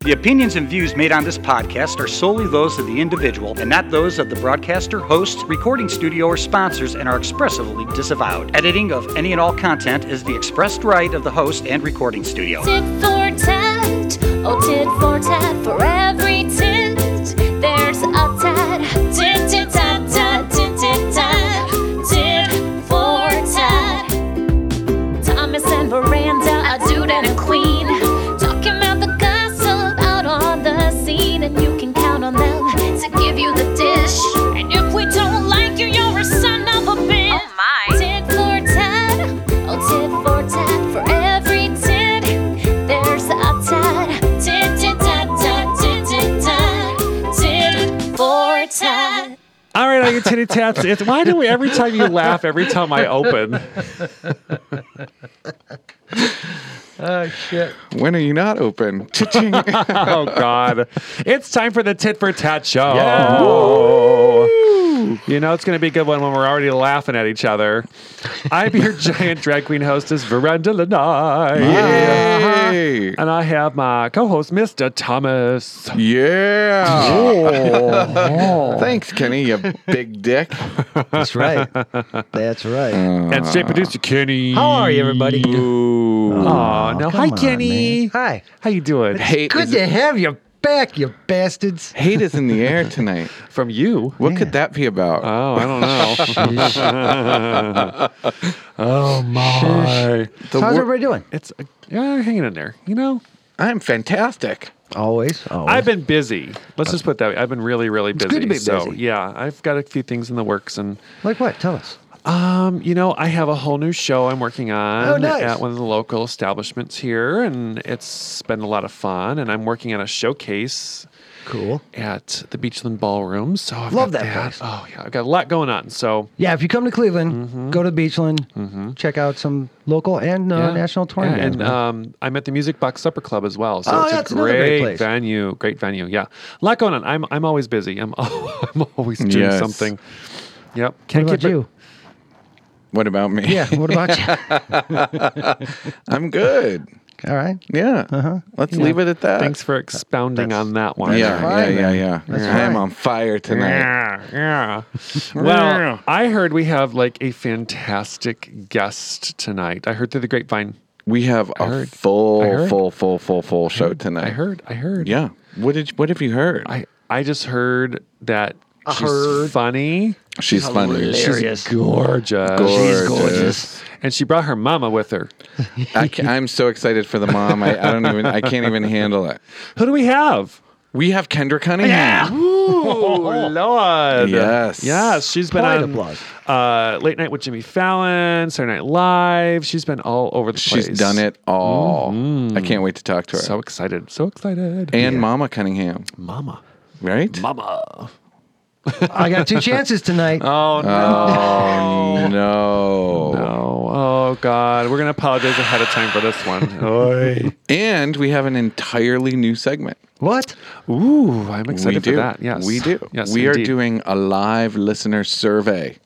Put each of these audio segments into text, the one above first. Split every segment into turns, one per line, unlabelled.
The opinions and views made on this podcast are solely those of the individual and not those of the broadcaster, host, recording studio, or sponsors and are expressively disavowed. Editing of any and all content is the expressed right of the host and recording studio.
Tit for tat, oh tit for tat, for every tit there's a tat. Tit tit tat tat, tit tit tat, tit for tat. Thomas and Miranda, a dude and a queen, talking about the gossip out on the scene, and you can count on them to give you the dish. And if we don't like you, you're a son of a bitch.
Oh my.
Tit for tat, oh tit for tat, for every tit there's a tat. Tit tit tat tat tit tit tat, tit for tat.
All right, all you titty tats. It's, why do we every time you laugh, every time I open?
Oh shit.
When are you not open? Cha-ching.
Oh God, it's time for the tit for tat show.
Yeah.
You know it's going to be a good one when we're already laughing at each other. I'm your giant drag queen hostess, Veranda Lanai,
Yay.
and I have my co-host, Mr. Thomas.
Yeah.
Oh.
Thanks, Kenny, you big dick.
That's right. That's right.
and state producer Kenny.
How are you, everybody?
Ooh.
Oh, no. Hi,
come on,
Kenny.
man. Hi.
How you doing?
Hate
Good
is,
to have you back, you bastards.
hate is in the air tonight.
From you.
What could that be about?
Oh, I don't know. oh my!
The
How's
wor-
everybody doing?
It's uh, yeah, hanging in there. You know,
I'm fantastic.
Always. Always.
I've been busy. Let's just put it that way. I've been really, really busy.
good to be
So
busy.
yeah, I've got a few things in the works, and
like what? Tell us.
um, you know, I have a whole new show I'm working on
Oh, nice.
at one of the local establishments here, and it's been a lot of fun. And I'm working on a showcase
Cool.
at the Beachland Ballroom. So I've
Love
got
that place.
Oh yeah, I've got a lot going on. So
Yeah, if you come to Cleveland, go to Beachland, check out some local and uh,
Yeah.
national touring
Yeah,
bands.
And
man.
um, I'm at the Music Box Supper Club as well. So
Oh,
it's
yeah,
a
it's another
great,
great place.
venue. Great venue. Yeah. A lot going on. I'm, I'm always busy. I'm, I'm always doing
Yes.
something. Yep.
what
Can't
about
keep it-
you?
What about me?
Yeah. What about you?
I'm good.
All right.
Yeah. Uh-huh. Let's leave it at that.
Thanks for expounding on that one.
Yeah, yeah,
fine,
yeah,
man.
yeah.
That's
I am
fine.
on fire tonight.
Yeah, yeah. well, I heard we have like a fantastic guest tonight. I heard through the grapevine.
We have a
heard. I
full,
heard.
full, full, full, full show tonight.
I heard. I heard.
Uh, Yeah. What did? What have you heard?
I, I just heard that she's
heard.
funny.
She's funny.
She's gorgeous.
Gorgeous.
And she brought her mama with her.
I ca- I'm so excited for the mom. I, I don't even. I can't even handle it.
Who do we have?
We have Kendra Cunningham.
Oh Lord!
Yes.
yes. She's been
Quiet
on
applause.
Uh, late night with Jimmy Fallon, Saturday Night Live. She's been all over the
She's
place.
done it all. I can't wait to talk to her.
Mm-hmm. So excited! So excited!
and Mama Cunningham,
Mama,
right?
Mama.
I got two chances tonight.
Oh no!
Oh, No.
no! Oh God! We're gonna apologize ahead of time for this one.
And we have an entirely new segment.
what?
Ooh, I'm excited
we do.
for that. Yes,
We do.
Yes,
we are
indeed.
doing a live listener survey.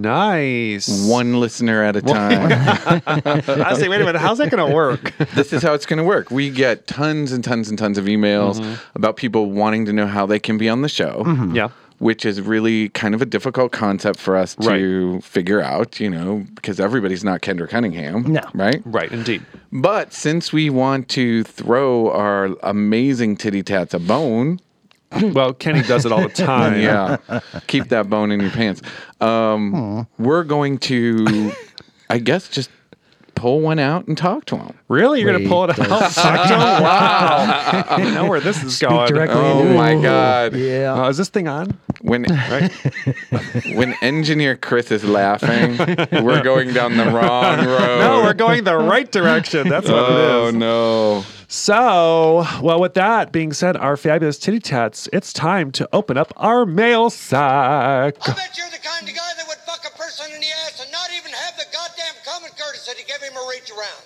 nice.
One listener at a time.
I say, wait a minute. How's that gonna work?
this is how it's going to work. We get tons and tons and tons of emails
Mm-hmm.
about people wanting to know how they can be on the show.
yeah.
which is really kind of a difficult concept for us to figure out, you know, because everybody's not Kendra Cunningham.
No.
Right?
Right. Indeed.
But since we want to throw our amazing titty tats a bone,
Well, Kenny does it all the time.
yeah, keep that bone in your pants. Um, we're going to, I guess, just pull one out and talk to them.
Really? You're going to
Wait, Oh,
pull it out? Oh, wow. I know where this is going.
directly
Oh
into
my
it.
God.
Yeah.
Oh, is this thing on?
When, when engineer Chris is laughing, we're going down the wrong road.
No, we're going the right direction. That's what it
Oh
is.
no.
So, well, with that being said, our fabulous titty tats, it's time to open up our mail sack.
I bet you're the kind of guy that would fuck a person in the ass and not even have the goddamn common courtesy to give him a reach around.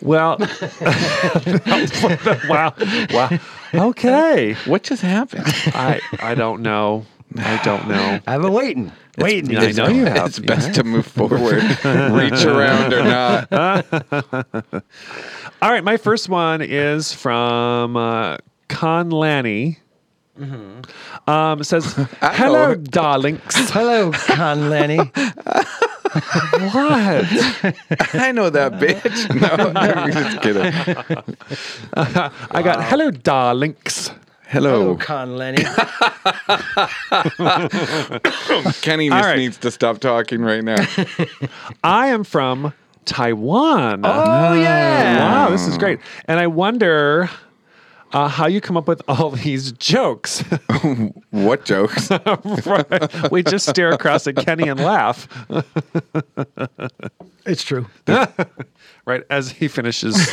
Well, wow, wow. Okay,
What just happened?
I I don't know. I don't know.
I've been waiting, waiting.
I know you have.
It's best to move forward, reach around or not.
All right, my first one is from uh, Con Lanny.
Mm-hmm.
Um, it says, "Hello,
know.
darlings."
Hello, Con Lanny.
what?
I know that bitch. No, I'm just kidding.
I got "Hello, darlings."
Hello,
Hello,
Con Lenny.
Kenny
All
just
right.
needs to stop talking right now.
I am from Taiwan.
Oh yeah.
Wow, this is great. And I wonder uh, how you come up with all these jokes.
What jokes?
Right. we just stare across at Kenny and laugh,
It's true.
right, as he finishes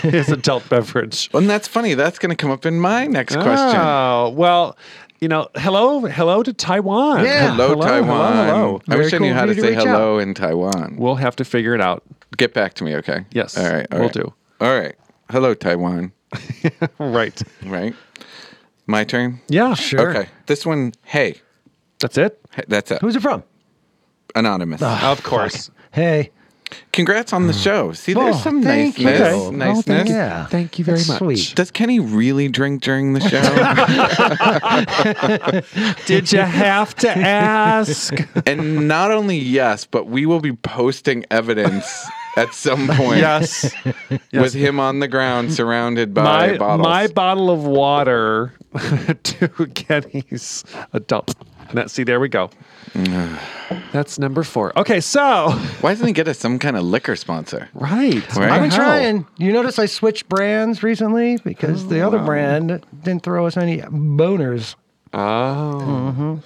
his adult beverage.
and that's funny. That's going to come up in my next question.
Oh, well, you know, hello, hello to Taiwan.
Yeah.
Hello, Taiwan.
hello.
I
Very
wish I knew
cool
how
of
to
you to
say
reach
hello in Taiwan.
We'll have to figure it out.
Get back to me, okay?
Yes,
All right. all
will
right.
do.
All right. Hello, Taiwan.
Right.
Right. My turn.
Yeah.
Sure.
Okay. This one. Hey.
That's it.
Hey, That's it.
Who's it from?
Anonymous.
Of course.
Hey.
Congrats on the show. See, there's
Oh,
some
thank you.
niceness.
Okay. Oh,
Niceness.
thank- yeah.
Thank you very
That's
much.
Sweet.
Does Kenny really drink during the show?
Did you have to ask?
and not only yes, but we will be posting evidence at some point
yes.
with him on the ground surrounded by
My,
bottles.
my bottle of water to Kenny's adult. Now, see, there we go. That's number four. Okay, so
Why doesn't he get us some kind of liquor sponsor?
right,
Right.
I
I've been
know.
trying. You notice I switched brands recently because the other brand didn't throw us any boners.
Oh,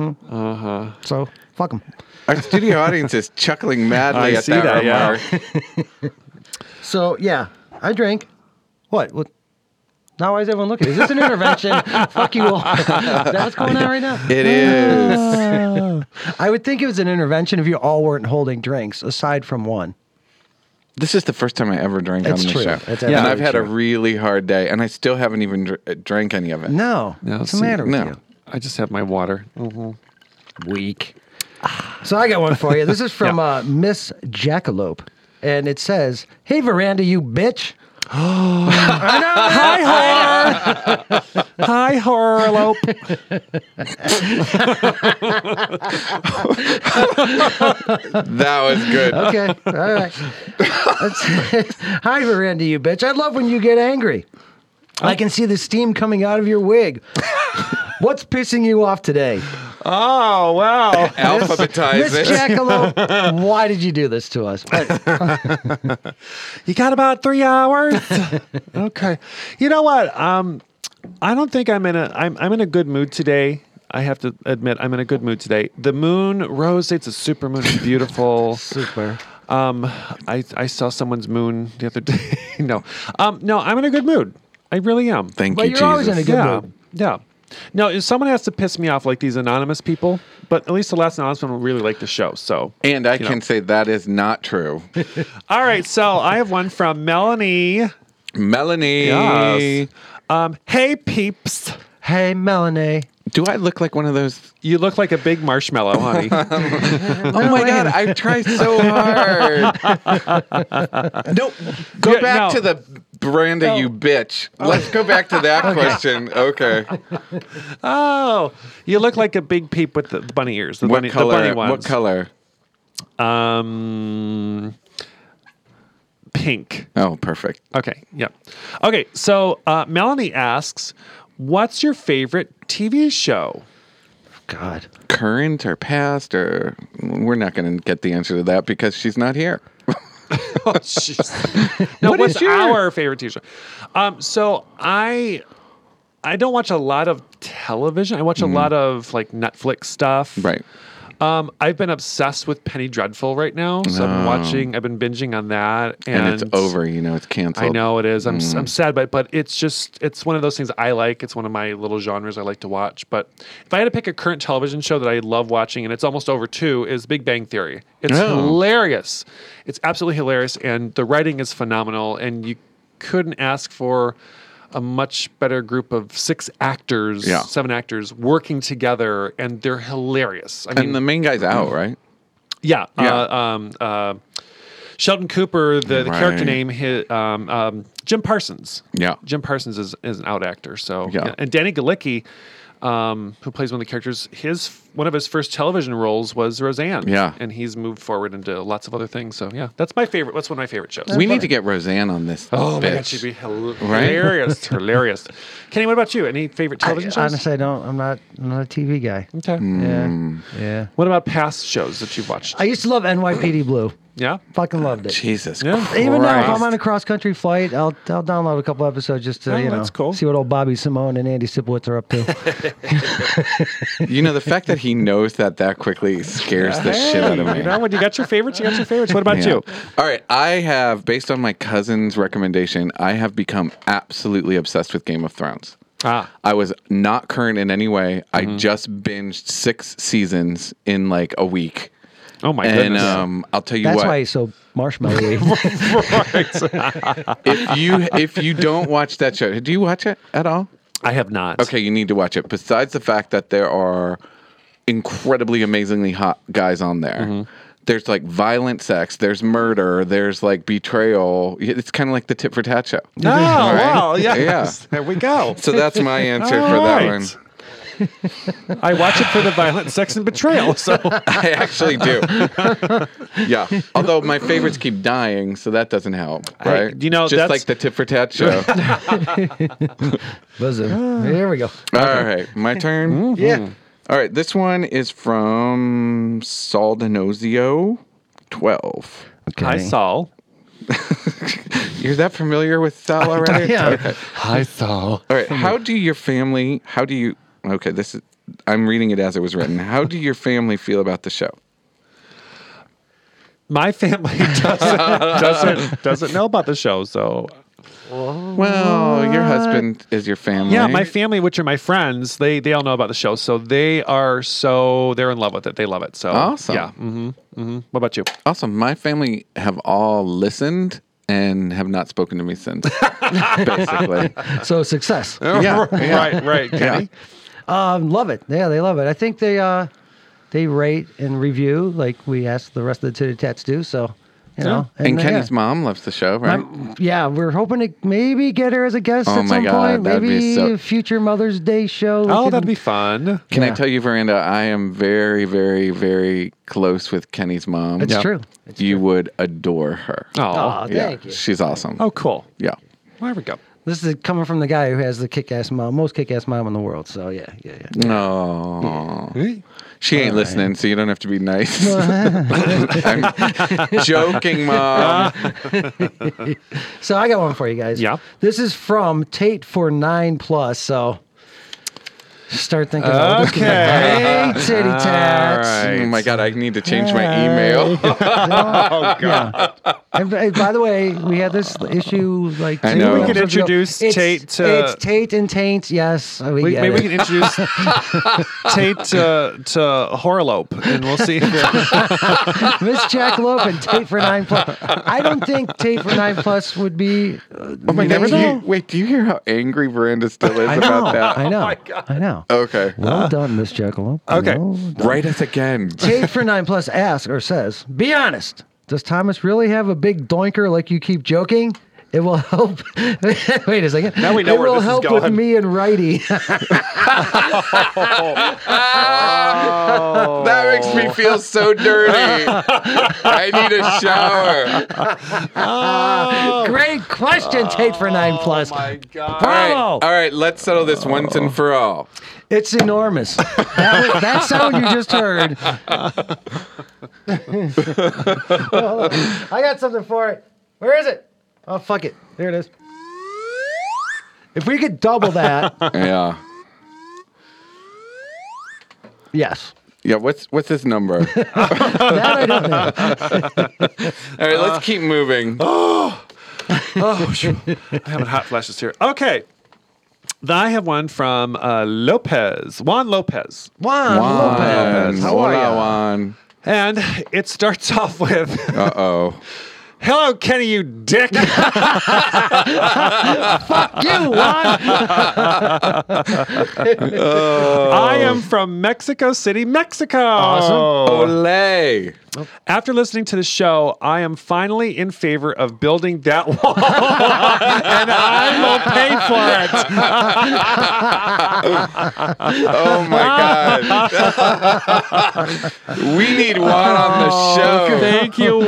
So fuck them.
Our studio audience is chuckling madly
I
at
see
that,
that, yeah.
remark.
So yeah, I drank. What? What? Now why is everyone looking? Is this an intervention? Fuck you all. is that what's going on right now?
It is.
I would think it was an intervention if you all weren't holding drinks, aside from one.
This is the first time I ever drank
It's
on the
true.
show.
It's absolutely
and I've had a
true.
really hard day, and I still haven't even dr- drank any of it.
No.
No,
What's the
see,
matter with
no.
you?
I just have my water.
Weak. So I got one for you. This is from uh, Miss Jackalope, and it says, "Hey, Veranda, you bitch."
Hi, horror. Hi, horrorlope.
That was good.
Okay, all right. That's- Hi, Veranda, you bitch. I love when you get angry. I can see the steam coming out of your wig. What's pissing you off today?
Oh wow.
Miss
Alphabetize it.
Jackalope, why did you do this to us? But
You got about three hours. okay. You know what? Um, I don't think I'm in a. I'm I'm in a good mood today. I have to admit, I'm in a good mood today. The moon rose. It's a super moon. It's beautiful.
super.
Um, I I saw someone's moon the other day. no, um, no, I'm in a good mood. I really am.
Thank
Well,
you,
you're always
Jesus.
in a good
yeah,
mood.
yeah. No, if someone has to piss me off like these anonymous people, but at least the last anonymous one will really like the show. So,
and I
you know.
can say that is not true.
all right. So I have one from Melanie.
Melanie.
Yes. Um, hey peeps,
Hey, Melanie.
Do I look like one of those?
you look like a big marshmallow, honey.
Oh my God, I try so hard. no, go
Yeah,
back
no.
to the Branda, you bitch. Let's go back to that question. Okay.
oh, you look like a big peep with the bunny ears. The
What
bunny, The bunny
color?
ones.
What color?
Um, pink.
Oh, perfect.
Okay. Yeah. Okay. So uh, Melanie asks, "What's your favorite TV show?"
God.
Current or past or we're not going to get the answer to that because she's not here.
Oh, jeez. no,
What
what's
is your-
our favorite TV show? Um, so I, I don't watch a lot of television. I watch a lot of like Netflix stuff.
Mm-hmm. Right.
Um, I've been obsessed with Penny Dreadful right now, so I'm
No.
watching. I've been binging on that, and,
And, it's over. You know, it's canceled.
I know it is. I'm s-
mm.
I'm sad, but but it's just it's one of those things I like. It's one of my little genres I like to watch. But if I had to pick a current television show that I love watching, and it's almost over too, is Big Bang Theory. It's
Oh.
hilarious. It's absolutely hilarious, and the writing is phenomenal, and you couldn't ask for a much better group of six actors,
Yeah.
seven actors working together, and they're hilarious. I mean,
And the main guy's out, right?
yeah,
Yeah.
Uh, um, uh, Sheldon Cooper, the, the character
Right.
name, hi um, um, Jim Parsons.
Yeah.
Jim Parsons is, is an out actor. So
Yeah.
and Danny Galicki, um, who plays one of the characters, his one of his first television roles was Roseanne.
Yeah.
and he's moved forward into lots of other things. So yeah, that's my favorite. That's one of my favorite shows.
We need to get Roseanne on this.
Oh my
bitch.
god, she'd be hil-
Right?
hilarious, hilarious. Kenny, what about you? Any favorite
I-
television shows?
honestly, I don't. I'm not. I'm not a TV guy.
Okay.
Mm.
Yeah, yeah.
What about past shows that you've watched?
I used to love NYPD Blue.
yeah.
Fucking loved it.
Jesus
Yeah.
Christ.
Even now, if I'm on a cross country flight, I'll I'll download a couple episodes just to
Oh,
you know
that's cool.
see what old Bobby Simone and Andy Sipowicz are up to.
You know, the fact that he knows that that quickly scares the shit out of
Hey,
me.
You know, when you got your favorites, you got your favorites. What about
Yeah.
you?
All right. I have, based on my cousin's recommendation, I have become absolutely obsessed with Game of Thrones.
Ah,
I was not current in any way.
Mm-hmm.
I just binged six seasons in like a week.
oh my
and
goodness.
um, I'll tell you
That's
what.
why he's so marshmallowy.
if you if you don't watch that show, do you watch it at all?
I have not.
Okay, you need to watch it. Besides the fact that there are incredibly amazingly hot guys on there.
Mm-hmm.
There's like violent sex, there's murder, there's like betrayal. It's kind of like the tit for tat show.
Oh, wow.
Yeah.
Yes. There we go.
So that's my answer
All
for that
right.
one.
I watch it for the violent sex and betrayal. So
I actually do. yeah. Although my favorites keep dying, so that doesn't help, right?
you know,
just
that's-
like the tit for tat show. Ah.
Bosom. There we go.
All right, my turn.
Mm-hmm.
Yeah.
All right, this one is from Saldinozio 12.
I Saul.
You're that familiar with Sal already?
Yeah.
Okay.
Hi Saul.
All right. How do your family, how do you, okay, this is, I'm reading it as it was written. How do your family feel about the show?
My family doesn't doesn't doesn't know about the show, so
Well, your husband is your family.
yeah, my family, which are my friends, they they all know about the show, so they are so they're in love with it. They love it. So
Awesome.
Yeah. Mm-hmm, mm-hmm. What about you?
Awesome. My family have all listened and have not spoken to me since, basically.
So success.
Oh, Yeah, yeah.
right, right. Kenny?
Um, love it. Yeah, they love it. I think they uh, they rate and review like we asked the rest of the Titty Tats do. So you know,
And,
they-
Kenny's
yeah.
mom loves the show, right?
I'm- yeah, we're hoping to maybe get her as a guest
Oh
at
my
some
God,
point.
that'd be
Maybe
so-
a future Mother's Day show. we
Oh,
can-
that'd be fun.
Can I
Yeah.
tell you, Veranda, I am very, very, very close with Kenny's mom.
It's true. It's
you would adore her.
Oh.
Aw, thank you.
She's awesome.
Oh, cool.
Yeah.
There we go.
This is coming from the guy who has the kick-ass mom, most kick-ass mom in the world. So yeah, yeah, yeah.
No. She ain't listening, so you don't have to be nice. I'm joking, mom.
So I got one for you guys.
Yeah.
This is from Tate for nine plus. So start thinking. about this.
Okay.
Hey, titty tats.
Oh my god, I need to change my email.
Yeah. And, b- by the way, we had this issue like.
I
two
know. Maybe we
episodes
can
ago.
introduce
It's-
Tate to-
It's Tate and Taint. Yes, uh, we,
We,
get
maybe we
it.
can introduce Tate to, to Horlope, and we'll see.
Miss Jack Lope and Tate for nine plus. I don't think Tate for nine plus would be. uh,
Oh my
never
god, do you,
know.
wait, do you hear how angry Veranda still is
I know.
about that?
Oh
I know. I know.
Okay.
Well done, Miss Jack Lope.
Ah. Okay.
Well
Write us again.
Tate for nine plus asks or says, "Be honest. Does Thomas really have a big doinker like you keep joking?" It will help. Wait a second.
Now we know
it
where
will
this is
help with
going.
me and Righty.
That makes me feel so dirty. I need a shower.
Great
Oh,
question, Tate for nine plus.
God.
All right,
Bravo.
all right, let's settle this once and for all.
It's enormous. that, was- that sound you just heard. Hold on. I got something for it. Where is it? Oh, fuck it. There it is. If we could double that,
Yeah.
yes.
Yeah, what's what's his number? all right,
That I don't know. Uh,
let's keep moving.
Oh, I'm having hot flashes here. Okay. Then I have one from uh, Lopez, Juan Lopez.
Juan, Lopez. How are you?
Juan.
And it starts off with
Uh oh.
Hello, Kenny, you dick.
You what?
I am
Oh.
from Mexico City, Mexico.
Oh.
Olay.
After listening to the show, I am finally in favor of building that wall, and I will pay for it.
Oh my god. we need one on the
Oh,
show.
Oh, Thank you,
Wow,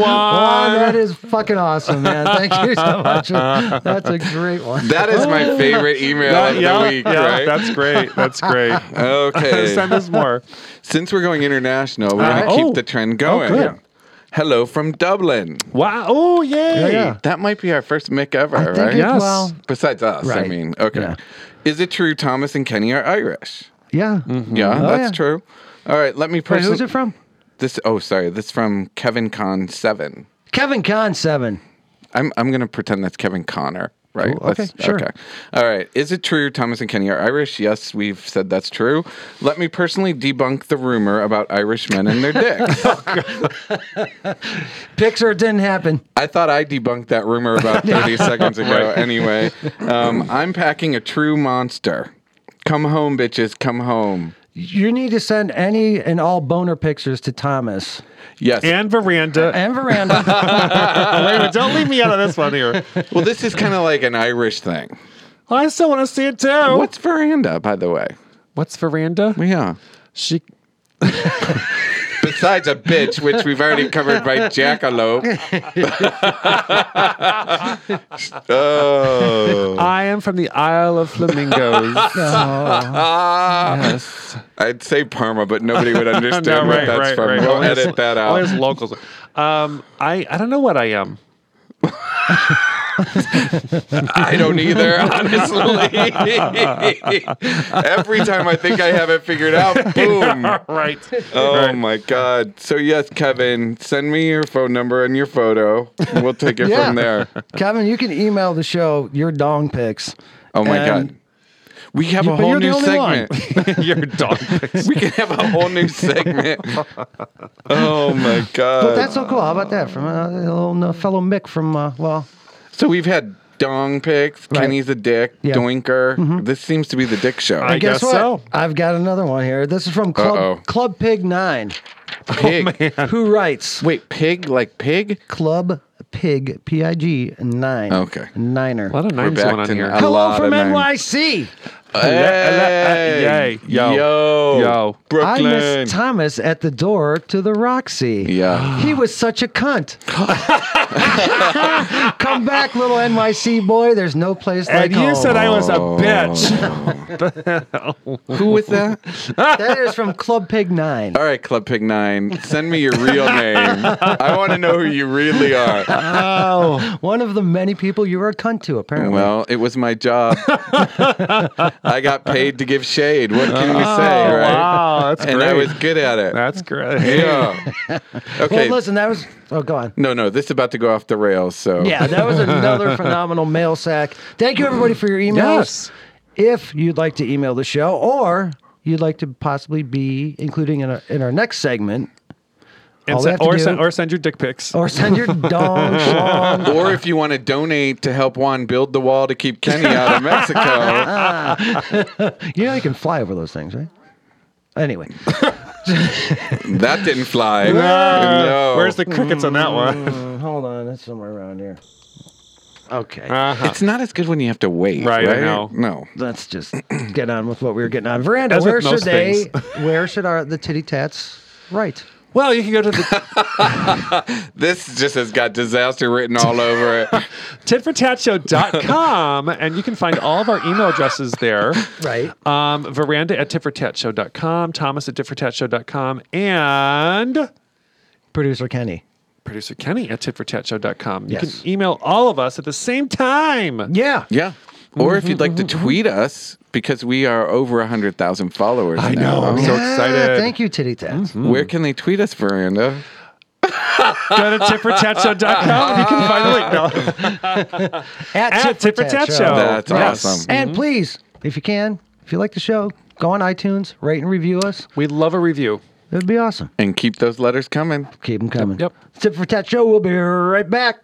Juan.
that is fucking awesome, man. Thank you so much. That's a great one.
That is my
Oh.
favorite email
That-
of the
yeah,
week,
yeah,
right?
that's great. That's great. Send
okay.
us more.
Since we're going international, we're
Uh,
going to keep
oh.
the trend going.
good.
Hello from Dublin.
Wow. Oh, yay.
yeah.
That might be our first Mick ever,
I think
right?
it-
Yes.
well,
Besides us, I
Right.
mean, okay.
Yeah.
Is it true Thomas and Kenny are Irish?
yeah.
Yeah,
Oh,
that's
yeah.
true. All right, let me
Wait,
person-
who's it from?
This oh sorry, this is from Kevin Con seven.
Kevin Kahn seven.
I'm I'm gonna pretend that's Kevin Connor, right?
Cool, Oh, okay,
Let's-
sure.
All right. Is it true Thomas and Kenny are Irish? Yes, we've said that's true. Let me personally debunk the rumor about Irish men and their dicks.
Pixar didn't happen.
I thought I debunked that rumor about 30 seconds ago. Anyway, um, I'm packing a true monster. Come home, bitches. Come home.
You need to send any and all boner pictures to Thomas
Yes.
And Veranda.
and Veranda.
Wait, a minute, don't leave me out of this one here.
well, this is kind of like an Irish thing.
I still want to see it too.
Oh.
What's veranda, by the way?
What's Veranda?
Yeah.
She
Besides a bitch, which we've already covered by Jackalope. oh.
I am from the Isle of Flamingos.
Ah.
yes.
I'd say Parma, but nobody would understand
No,
what
right,
that's
right,
from.
right.
We'll
Always-
edit that out.
Always locals. Um, I, I don't know what I am.
I don't either, honestly. Every time I think I have it figured out, boom.
Right.
Oh my God. So, yes, Kevin, send me your phone number and your photo. and We'll take it
Yeah.
from there.
Kevin, you can email the show your dong pics.
Oh my
And-
God. We have
You-
a
but
whole
you're the
new
only one.
segment.
Your dog pics.
we can have a whole new segment. Oh my God.
But that's so cool. How about that from uh, a little uh, fellow Mick from uh, well,
so, we've had dong pics,
Right.
Kenny's a dick,
Yeah. Mm-hmm.
Doinker. This seems to be the dick show.
I guess
what?
so.
I've got another one here. This is from Club
Uh-oh.
Club Pig Nine,
Pig.
who writes
Wait, pig like pig?
Club Pig P I G Nine.
Okay.
Niner.
A lot of
We're
names
back
going on
to
here.
a
Hello
lot of
from
names.
NYC.
Hey.
Yay. Yo.
Yo.
Yo.
Brooklyn.
I missed Thomas at the door to the Roxy.
yeah.
He was such a cunt. Come back, little NYC boy. There's no place like oh.
And you
home.
said I was a bitch.
Who was that?
that is from Club Pig Nine.
All right, Club Pig Nine. Send me your real name. I want to know who you really are.
One of the many people you were a cunt to, apparently.
Well, it was my job. I got paid to give shade. What can we say,
Oh,
right?
wow. That's
And
great.
I was good at it.
That's great.
yeah.
Well,
Okay.
listen, that was. Oh, go on.
no, no, this is about to go off the rails. So
Oh.
Yeah, that was another phenomenal mail sack. Thank you, everybody, for your emails.
Yes.
If you'd like to email the show or you'd like to possibly be including in our, in our next segment
And
All we
se-
have to
or,
do-
sen- or send your dick pics.
or send your dong song
Or if you want to donate to help Juan build the wall to keep Kenny out of Mexico,
You know you can fly over those things, right? Anyway,
that didn't fly. No.
Where's the crickets on that one?
Mm, hold on, that's somewhere around here. Okay,
Uh-huh.
It's not as good when you have to wait.
Right, I know.
No.
let's just get on with what we were getting on. Veranda,
As with
where should
most
they?
things.
where should our the titty tats write?
Well, you can go to the
This just has got disaster written all over it.
titfortatshow.com and you can find all of our email addresses there.
Right.
Um, veranda at titfortatshow.com, Thomas at titfortatshow.com, and
Producer Kenny.
producer Kenny at titfortatshow.com. You
Yes.
can email all of us at the same time.
Yeah.
Yeah. Or if you'd like to tweet us, because we are over 100,000 followers I now.
I'm so excited. Mm-hmm.
Thank you, titty tats.
Where can they tweet us, Veranda?
Go to titfortatshow.com and you can find the link. No. At Tit for Tat Show. Mm-hmm.
That's
yes.
awesome.
And please, if you can, if you like the show, go on iTunes, rate and review us.
We love a review.
It would be awesome.
And keep those letters coming.
Keep them coming.
yep.
Tip for tat show. We'll be right back.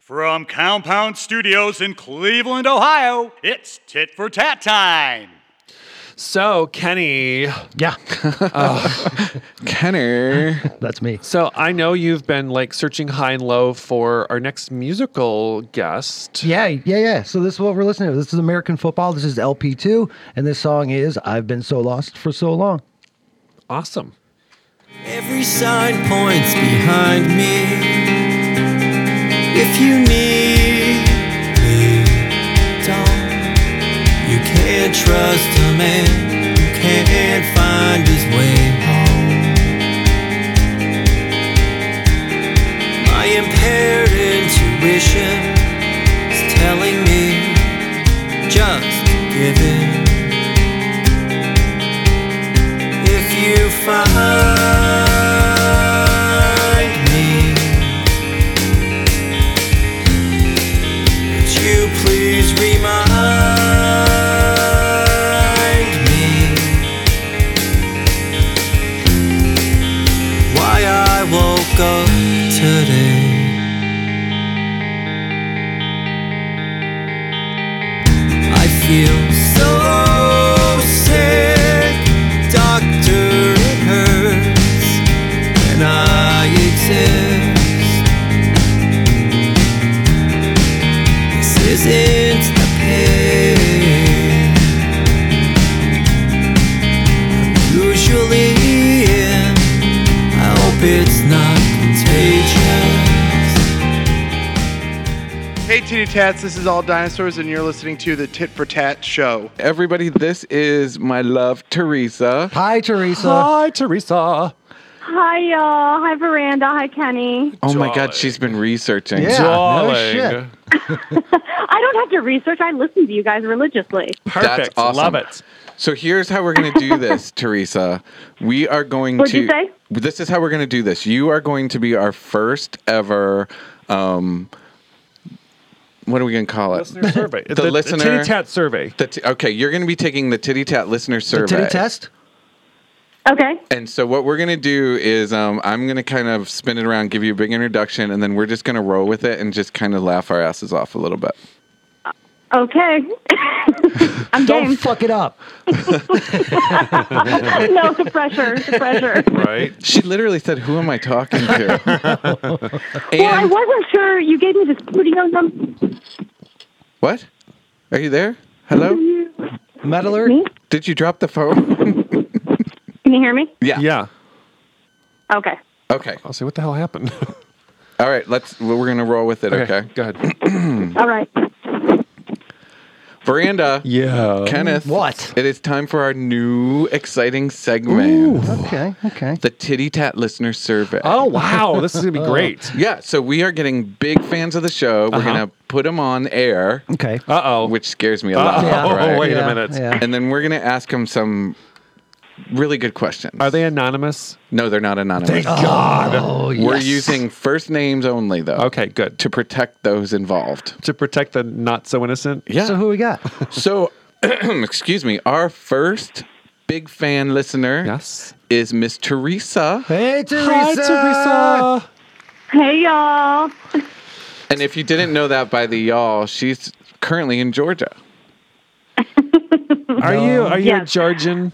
From Compound Studios in Cleveland, Ohio, it's Tit for Tat time.
So, Kenny,
Yeah,
Kenner.
that's me.
so I know you've been like searching high and low for our next musical guest.
Yeah, yeah, yeah. So this is what we're listening to. This is American football. This is LP2, and this song is "I've Been So Lost for So Long."
Awesome.
Every sign points behind me. If you need me, don't. You can't trust a man who can't find his way home. My impaired intuition is telling me just give in. If you find me, would you please remind me why I woke up today? I feel so sick, doctor, it hurts, and I exist. This isn't the pain I'm usually in. I hope it's not contagious.
Hey, Titty Tats, this is All Dinosaurs, and you're listening to the Tit for Tat Show.
Everybody, this is my love, Teresa.
Hi,
Uh,
Teresa.
Hi,
Ah,
Teresa.
Hi, y'all. Hi, Veranda. Hi, Kenny.
Oh my
Jolly.
God, she's been researching.
Yeah.
Darling.
no shit.
I don't have to research. I listen to you guys religiously.
Perfect.
That's awesome.
Love it.
So here's how we're going to do this, Teresa. We are going
What'd
to.
you say?
This is how we're going to do this. You are going to be our first ever. Um, what are we going to call it?
Listener survey.
The listener-
Titty tat survey.
The t- okay, you're going to be taking the Titty Tat listener
The
survey.
titty test.
Okay.
And so what we're gonna do is um, I'm gonna kind of spin it around, give you a big introduction, and then we're just gonna roll with it and just kind of laugh our asses off a little bit.
Okay. I'm
Don't
game.
fuck it up.
no, the pressure. The pressure.
Right.
She literally said, "Who am I talking to?"
Well, I
and
wasn't sure. You gave me the studio number.
what? Are you there? Hello?
Metal alert.
Me?
Did you drop the phone?
Can you hear me?
yeah.
Yeah.
Okay.
Okay.
I'll say, what the hell happened?
All right. Let's. We're gonna roll with it. Okay.
Go ahead.
All right.
Veranda.
Yeah.
Kenneth.
What?
It is time for our new exciting segment.
Okay. Okay.
The Titty Tat Listener Survey.
Oh, wow. This is going to be
Uh,
great.
Yeah, so we are getting big fans of the show. We're
Uh-huh.
gonna put them on air,
Okay.
Uh oh.
which scares me a lot.
Yeah. Oh,
right?
wait a
Yeah,
minute.
Yeah.
And then we're gonna ask them some really good questions.
Are they anonymous?
No, they're not anonymous.
Oh,
We're
yes.
using first names only, though.
Okay, good.
To protect those involved.
To protect the not so innocent?
Yeah.
So
So,
who we got?
excuse me. Our first big fan listener
Yes.
is Miss Teresa.
Hey, Teresa.
Hi, Teresa.
Hey, y'all.
And if you didn't know that by the y'all, she's currently in Georgia.
Are you are you a
Yes.
Georgian?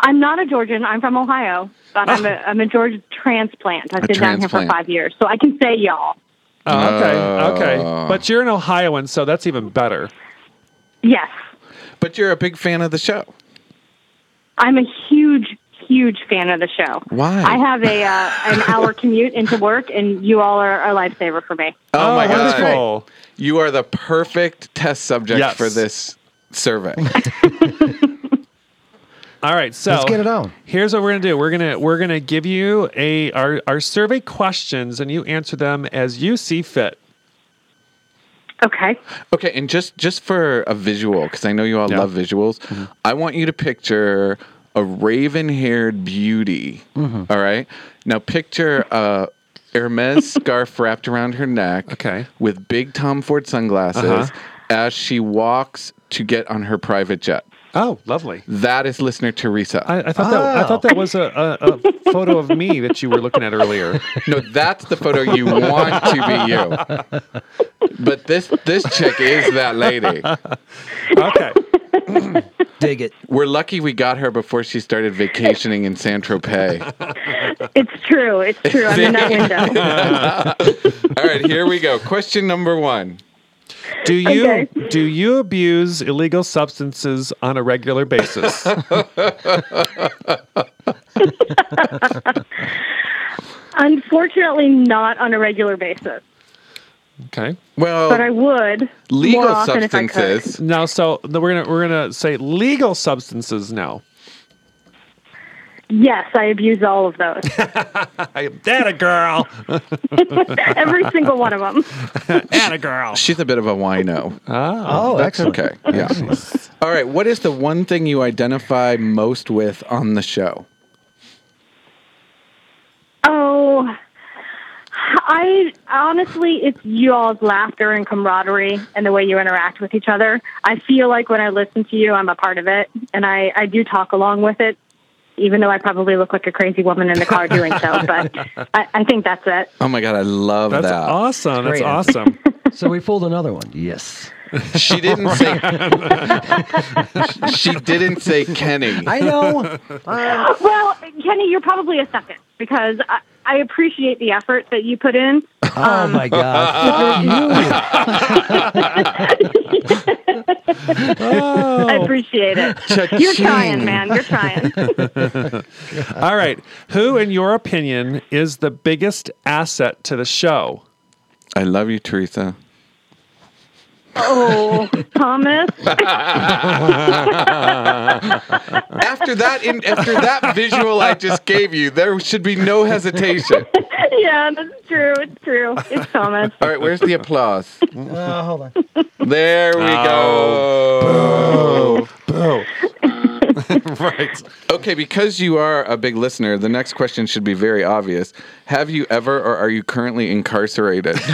I'm not a Georgian. I'm from Ohio, but I'm a, I'm a Georgia transplant. I've
Oh. A
been down here for
transplant.
five years, so I can say y'all.
Oh, okay.
No.
okay. But you're an Ohioan, so that's even better.
Yes.
But you're a big fan of the show.
I'm a huge, huge fan of the show.
Why?
I have a uh, an hour commute into work, and you all are a lifesaver for me.
Oh, my God.
wonderful.
You are the perfect test subject
Yes.
for this survey.
All right, so
Let's get it on.
Here's what we're gonna do. We're gonna we're gonna give you a our, our survey questions and you answer them as you see fit.
Okay.
okay, and just just for a visual, because I know you all
Yeah. Mm-hmm.
love visuals, I want you to picture a raven-haired beauty.
Mm-hmm.
all right, now picture a Hermes scarf wrapped around her neck.
Okay.
with big Tom Ford sunglasses
Uh-huh.
as she walks to get on her private jet.
Oh, lovely.
That is listener Teresa.
I, I thought that I thought that was a, a, a photo of me that you were looking at earlier.
no, that's the photo you want to be you. But this this chick is that lady.
Okay.
Dig it.
We're lucky we got her before she started vacationing in San Tropez.
It's true. It's true. I'm in that window.
All right, here we go. Question number one.
Do you
Okay.
do you abuse illegal substances on a regular basis?
Unfortunately, not on a regular basis,
Okay.
Well,
but I would more
Oh. legal
often if I could.
substances.
Now, so the- we're gonna we're gonna say legal substances now.
Yes, I abuse all of those.
I am that a girl,
Every single one of them.
that a girl.
She's a bit of a wino.
Ah.
Oh,
That's
excellent.
okay. Yeah. All right. What is the one thing you identify most with on the show?
Oh, I honestly, it's you all's laughter and camaraderie and the way you interact with each other. I feel like when I listen to you, I'm a part of it, and I, I do talk along with it, even though I probably look like a crazy woman in the car doing so. But I, I think that's it.
Oh my god, I love
That's
that.
awesome. That's
Great.
awesome.
So we pulled another one. Yes.
She didn't say. she didn't say Kenny.
I know. Uh,
Well, Kenny, you're probably a second because I, I appreciate the effort that you put in.
oh my god.
I
Oh.
appreciate it. You're trying, man. You're trying.
All right. Who, in your opinion, is the biggest asset to the show?
I love you, Teresa.
oh, Thomas.
After that, in, after that visual I just gave you, there should be no hesitation.
Yeah, that's true. It's true. It's Thomas.
All right, where's the applause?
You. Uh, hold on.
There we go.
Boo. right.
Okay, because you are a big listener, the next question should be very obvious. Have you ever or are you currently incarcerated?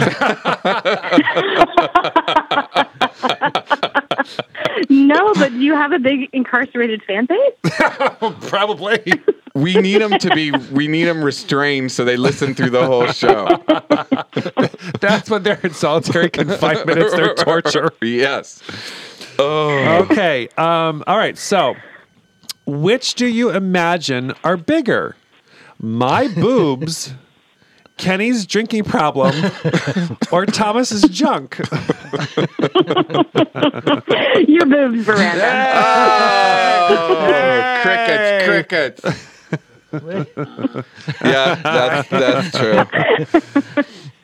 No, but you have a big incarcerated fan base?
Probably.
we need them to be we need them restrained so they listen through the whole show.
That's when they're in solitary confinement. It's their torture.
Yes.
Okay. Um, all right. So, which do you imagine are bigger? My boobs, Kenny's drinking problem, or Thomas's junk?
Your boobs, Miranda.
Oh, crickets, crickets. yeah, that's that's true.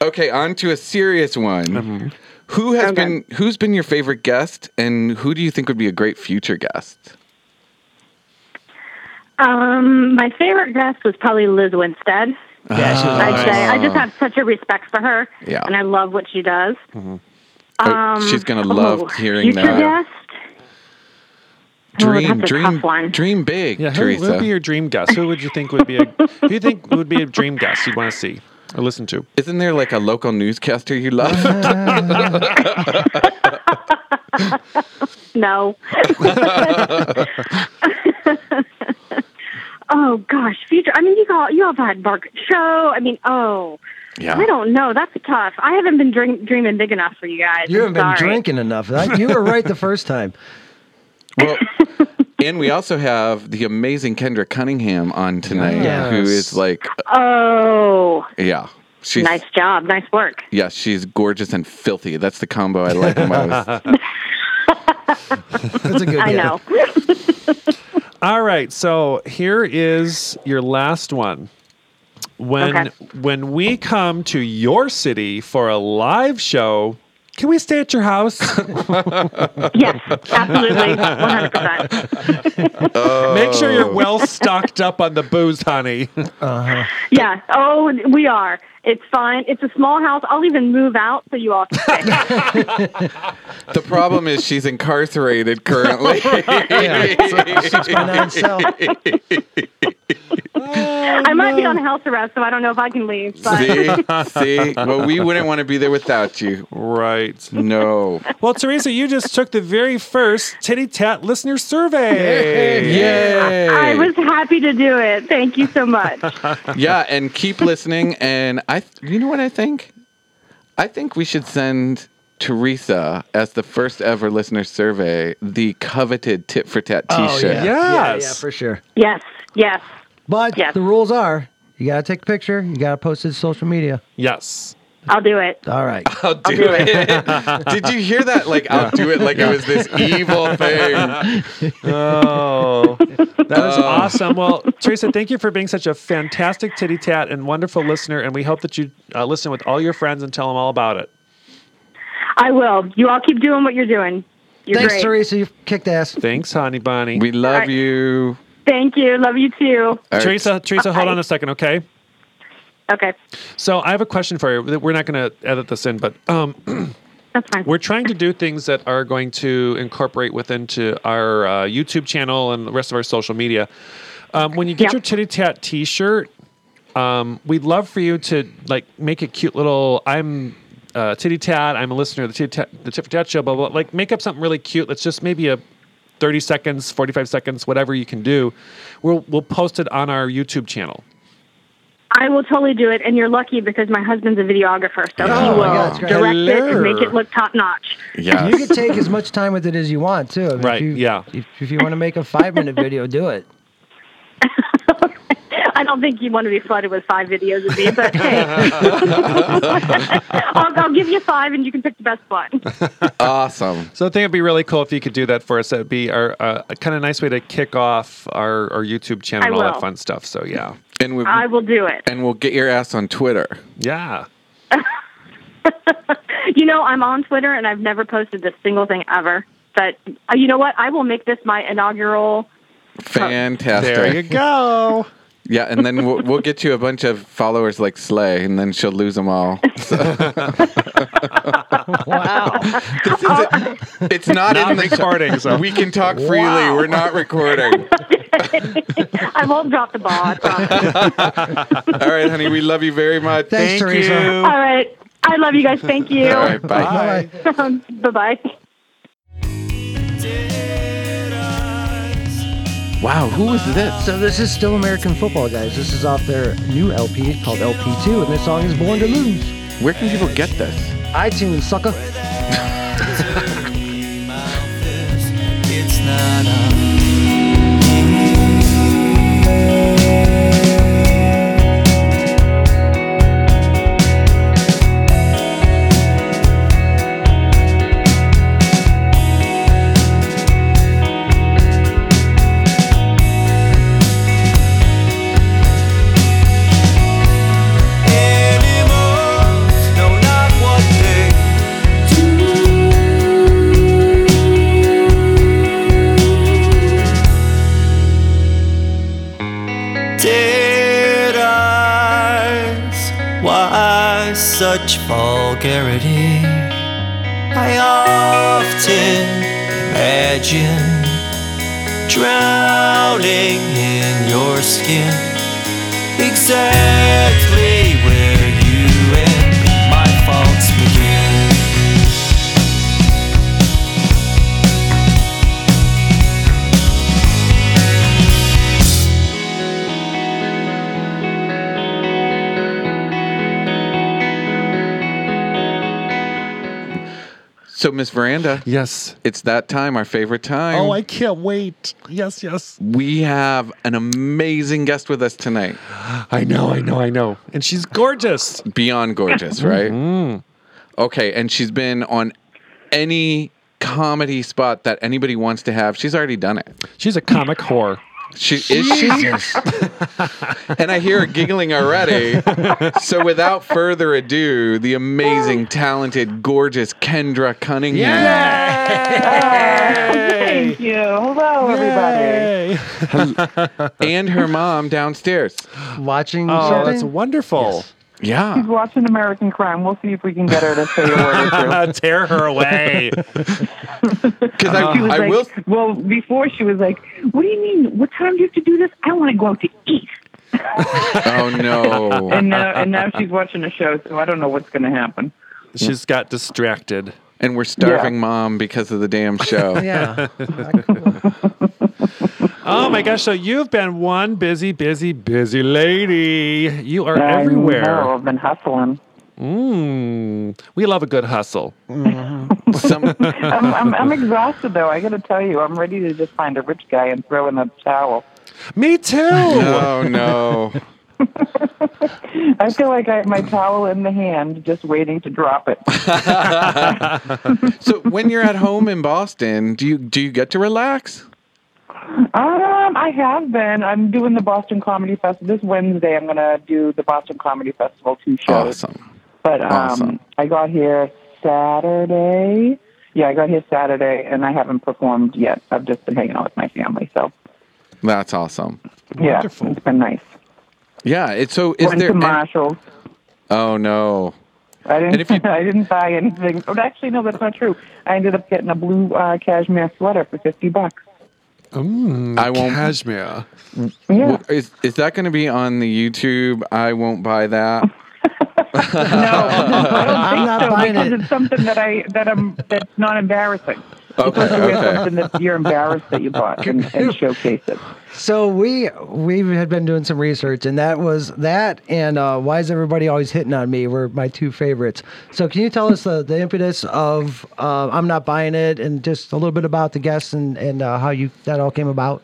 Okay, on to a serious one. Who has been who's been your favorite guest and who do you think would be a great future guest?
Um, my favorite guest was probably Liz Winstead.
Yeah, she was
I'd
nice.
say I just have such a respect for her,
Yeah.
and I love what she does. Um,
Oh, she's gonna love
oh,
hearing
future
that.
guest? Oh,
Dream,
that's a
dream,
tough one.
dream big,
Yeah, who
Teresa.
would be your dream guest? Who would you think would be a who you think would be a dream guest you'd want to see or listen to?
Isn't there like a local newscaster you
Uh-huh.
love?
No. oh gosh, future. I mean, you all you all have had Margaret Show. I mean, oh,
yeah.
I don't know. That's tough. I haven't been drink, dreaming big enough for you guys.
You haven't
I'm
been
sorry.
drinking enough. I- You were right the first time.
Well, and we also have the amazing Kendra Cunningham on tonight, who
Yes.
is like,
Oh,
yeah, she's
nice job, nice work.
yeah, she's gorgeous and filthy. That's the combo I like the most.
That's a good.
I
hit.
know.
All right, so here is your last one. When
Okay.
when we come to your city for a live show, can we stay at your house?
yes, absolutely, one hundred percent.
Make sure you're well stocked up on the booze, honey.
Yeah. Oh, we are. It's fine. It's a small house. I'll even move out so you all can stay.
the problem is she's incarcerated currently.
Yeah, six by nine cell. Oh,
I might be on house arrest, so I don't know if I can leave. But
See, see. Well, we wouldn't want to be there without you.
Right.
No.
Well, Teresa, you just took the very first Titty Tat listener survey.
Yay!
I was happy to do it. Thank you so much.
yeah, and keep listening. And I, you know what I think? I think we should send Teresa as the first ever listener survey the coveted tit for tat T-shirt.
Oh, yeah. Yeah, yeah,
Yes.
for sure.
yes, yes.
But
Yes.
the rules are you got to take a picture, you got to post it to social media.
Yes.
I'll do it.
All right.
I'll do,
do
it. Did you hear that? Like I'll do it. Like it was this evil thing.
Oh, that was
Um,
awesome. Well, Teresa, thank you for being such a fantastic Titty Tat and wonderful listener. And we hope that you uh, listen with all your friends and tell them all about it.
I will. You all keep doing what you're doing. You're
Thanks,
great.
Teresa. You kicked ass.
Thanks, honey bunny.
We love
right.
you.
Thank you. Love you too.
All right.
Teresa, Teresa, hold on a second, okay?
Okay,
So I have a question for you. We're not going to edit this in, but um,
that's fine.
We're trying to do things that are going to incorporate within to our uh, YouTube channel and the rest of our social media. Um, when you get
Yeah.
your Titty Tat T-shirt, um, we'd love for you to like make a cute little I'm uh, Titty Tat. I'm a listener of the Titty Tat, the Tit for Tat show. Blah, blah blah. Like make up something really cute. That's just maybe a 30 seconds, 45 seconds, whatever you can do. We'll we'll post it on our YouTube channel.
I will totally do it, and you're lucky because my husband's a videographer, so
Oh,
he
my
will
God, that's great.
direct it and make
Hello.
it look top notch.
Yeah.
You can take as much time with it as you want, too. I mean,
Right,
If you,
yeah.
If, if you want to make a five minute video, do it.
I don't think you want to be flooded with five videos of me, but hey, I'll, I'll give you five, and you can pick the best one.
Awesome.
So I think it'd be really cool if you could do that for us. That'd be our uh, kind of nice way to kick off our, our YouTube channel
I
and all that
will.
fun stuff. So yeah,
And we
I will do it.
and we'll get your ass on Twitter.
yeah.
You know, I'm on Twitter, and I've never posted a single thing ever. But uh, you know what? I will make this my inaugural.
Fantastic.
There you go.
Yeah, and then we'll, we'll get you a bunch of followers like Slay, and then she'll lose them all.
Wow.
This isn't- it's not in the
recording, so-
we can talk freely.
Wow.
We're not recording.
I won't drop the ball. I promise.
All right, honey, we love you very much.
Thanks, Teresa.
you.
All right. I love you guys. Thank you.
All right, bye.
Bye.
bye bye.
Wow, who was this?
So this Oh, is still American football, guys. This is off their new LP called LP2, and this song is Born to Lose.
Where can people get this?
iTunes, sucker.
It's not a Animals know not what they do. Did eyes, why such vulgarity? I often imagine drowning in your skin exactly where you and my faults begin.
So, Miss Veranda,
Yes.
it's that time, our favorite time.
Oh, I can't wait. Yes, yes.
we have an amazing guest with us tonight.
I know, I know, I know. And she's gorgeous.
Beyond gorgeous, right? Okay, and she's been on any comedy spot that anybody wants to have. She's already done it.
She's a comic whore.
She is she, and I hear her giggling already. so without further ado, the amazing, talented, gorgeous Kendra Cunningham.
Thank you. Hello, everybody.
Yay.
And her mom downstairs.
Watching
Oh,
something.
that's wonderful.
Yeah.
She's watching American Crime. We'll see if we can get her to say a word or two.
Tear her away.
Because
She was
I, I
like,
will
well, before she was like, what do you mean? What time do you have to do this? I want to go out to eat.
Oh no.
And now, and now she's watching a show, so I don't know what's going to happen.
She's got distracted.
And we're starving mom because of the damn show.
Yeah.
Oh my gosh! So you've been one busy, busy, busy lady. You are
I know,
everywhere.
I've been hustling.
Mm. We love a good hustle.
Some
I'm, I'm, I'm exhausted though. I got to tell you, I'm ready to just find a rich guy and throw in a towel.
Me too.
Oh no.
I feel like I have my towel in the hand, just waiting to drop it.
So when you're at home in Boston, do you do you get to relax?
Um, I have been. I'm doing the Boston Comedy Fest this Wednesday. I'm going to do the Boston Comedy Festival two shows.
Awesome.
But um,
Awesome.
I got here Saturday. Yeah, I got here Saturday, and I haven't performed yet. I've just been hanging out with my family. So
That's awesome.
yeah,
Wonderful.
it's been nice.
Yeah. It's so is
Went
there
to
an-
Marshalls.
Oh no.
I
And
didn't.
if you-
I didn't buy anything. But actually, no, that's not true. I ended up getting a blue uh, cashmere sweater for fifty bucks.
I won't
Cashmere.
Yeah.
Well, Is is that going to be on the YouTube? I won't buy that.
I'm not
so
buying
because
it.
it's something that I that I'm that's not embarrassing.
Okay,
Because wear
okay.
something that you're embarrassed that you bought and, and showcase it.
So we we had been doing some research, and that was that. And uh, why is everybody always hitting on me? Were my two favorites. So can you tell us the, the impetus of uh, I'm not buying it, and just a little bit about the guests and and uh, how you that all came about?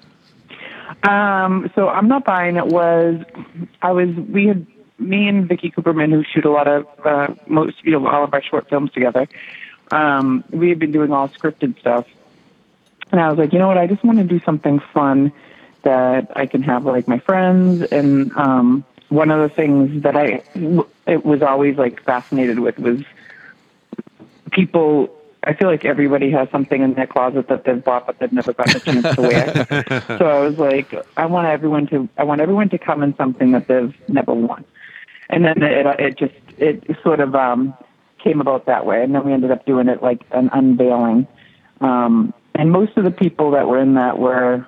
Um, so I'm not buying it was I was we had me and Vicky Cooperman who shoot a lot of uh, most you know all of our short films together. Um, we had been doing all scripted stuff, and I was like, you know what, I just want to do something fun that I can have like my friends. And um, one of the things that I it was always like fascinated with was people. I feel like everybody has something in their closet that they've bought but they've never gotten a chance to wear. so I was like, I want everyone to, I want everyone to come in something that they've never worn. And then it, it just, it sort of um, came about that way. And then we ended up doing it like an unveiling. Um, and most of the people that were in that were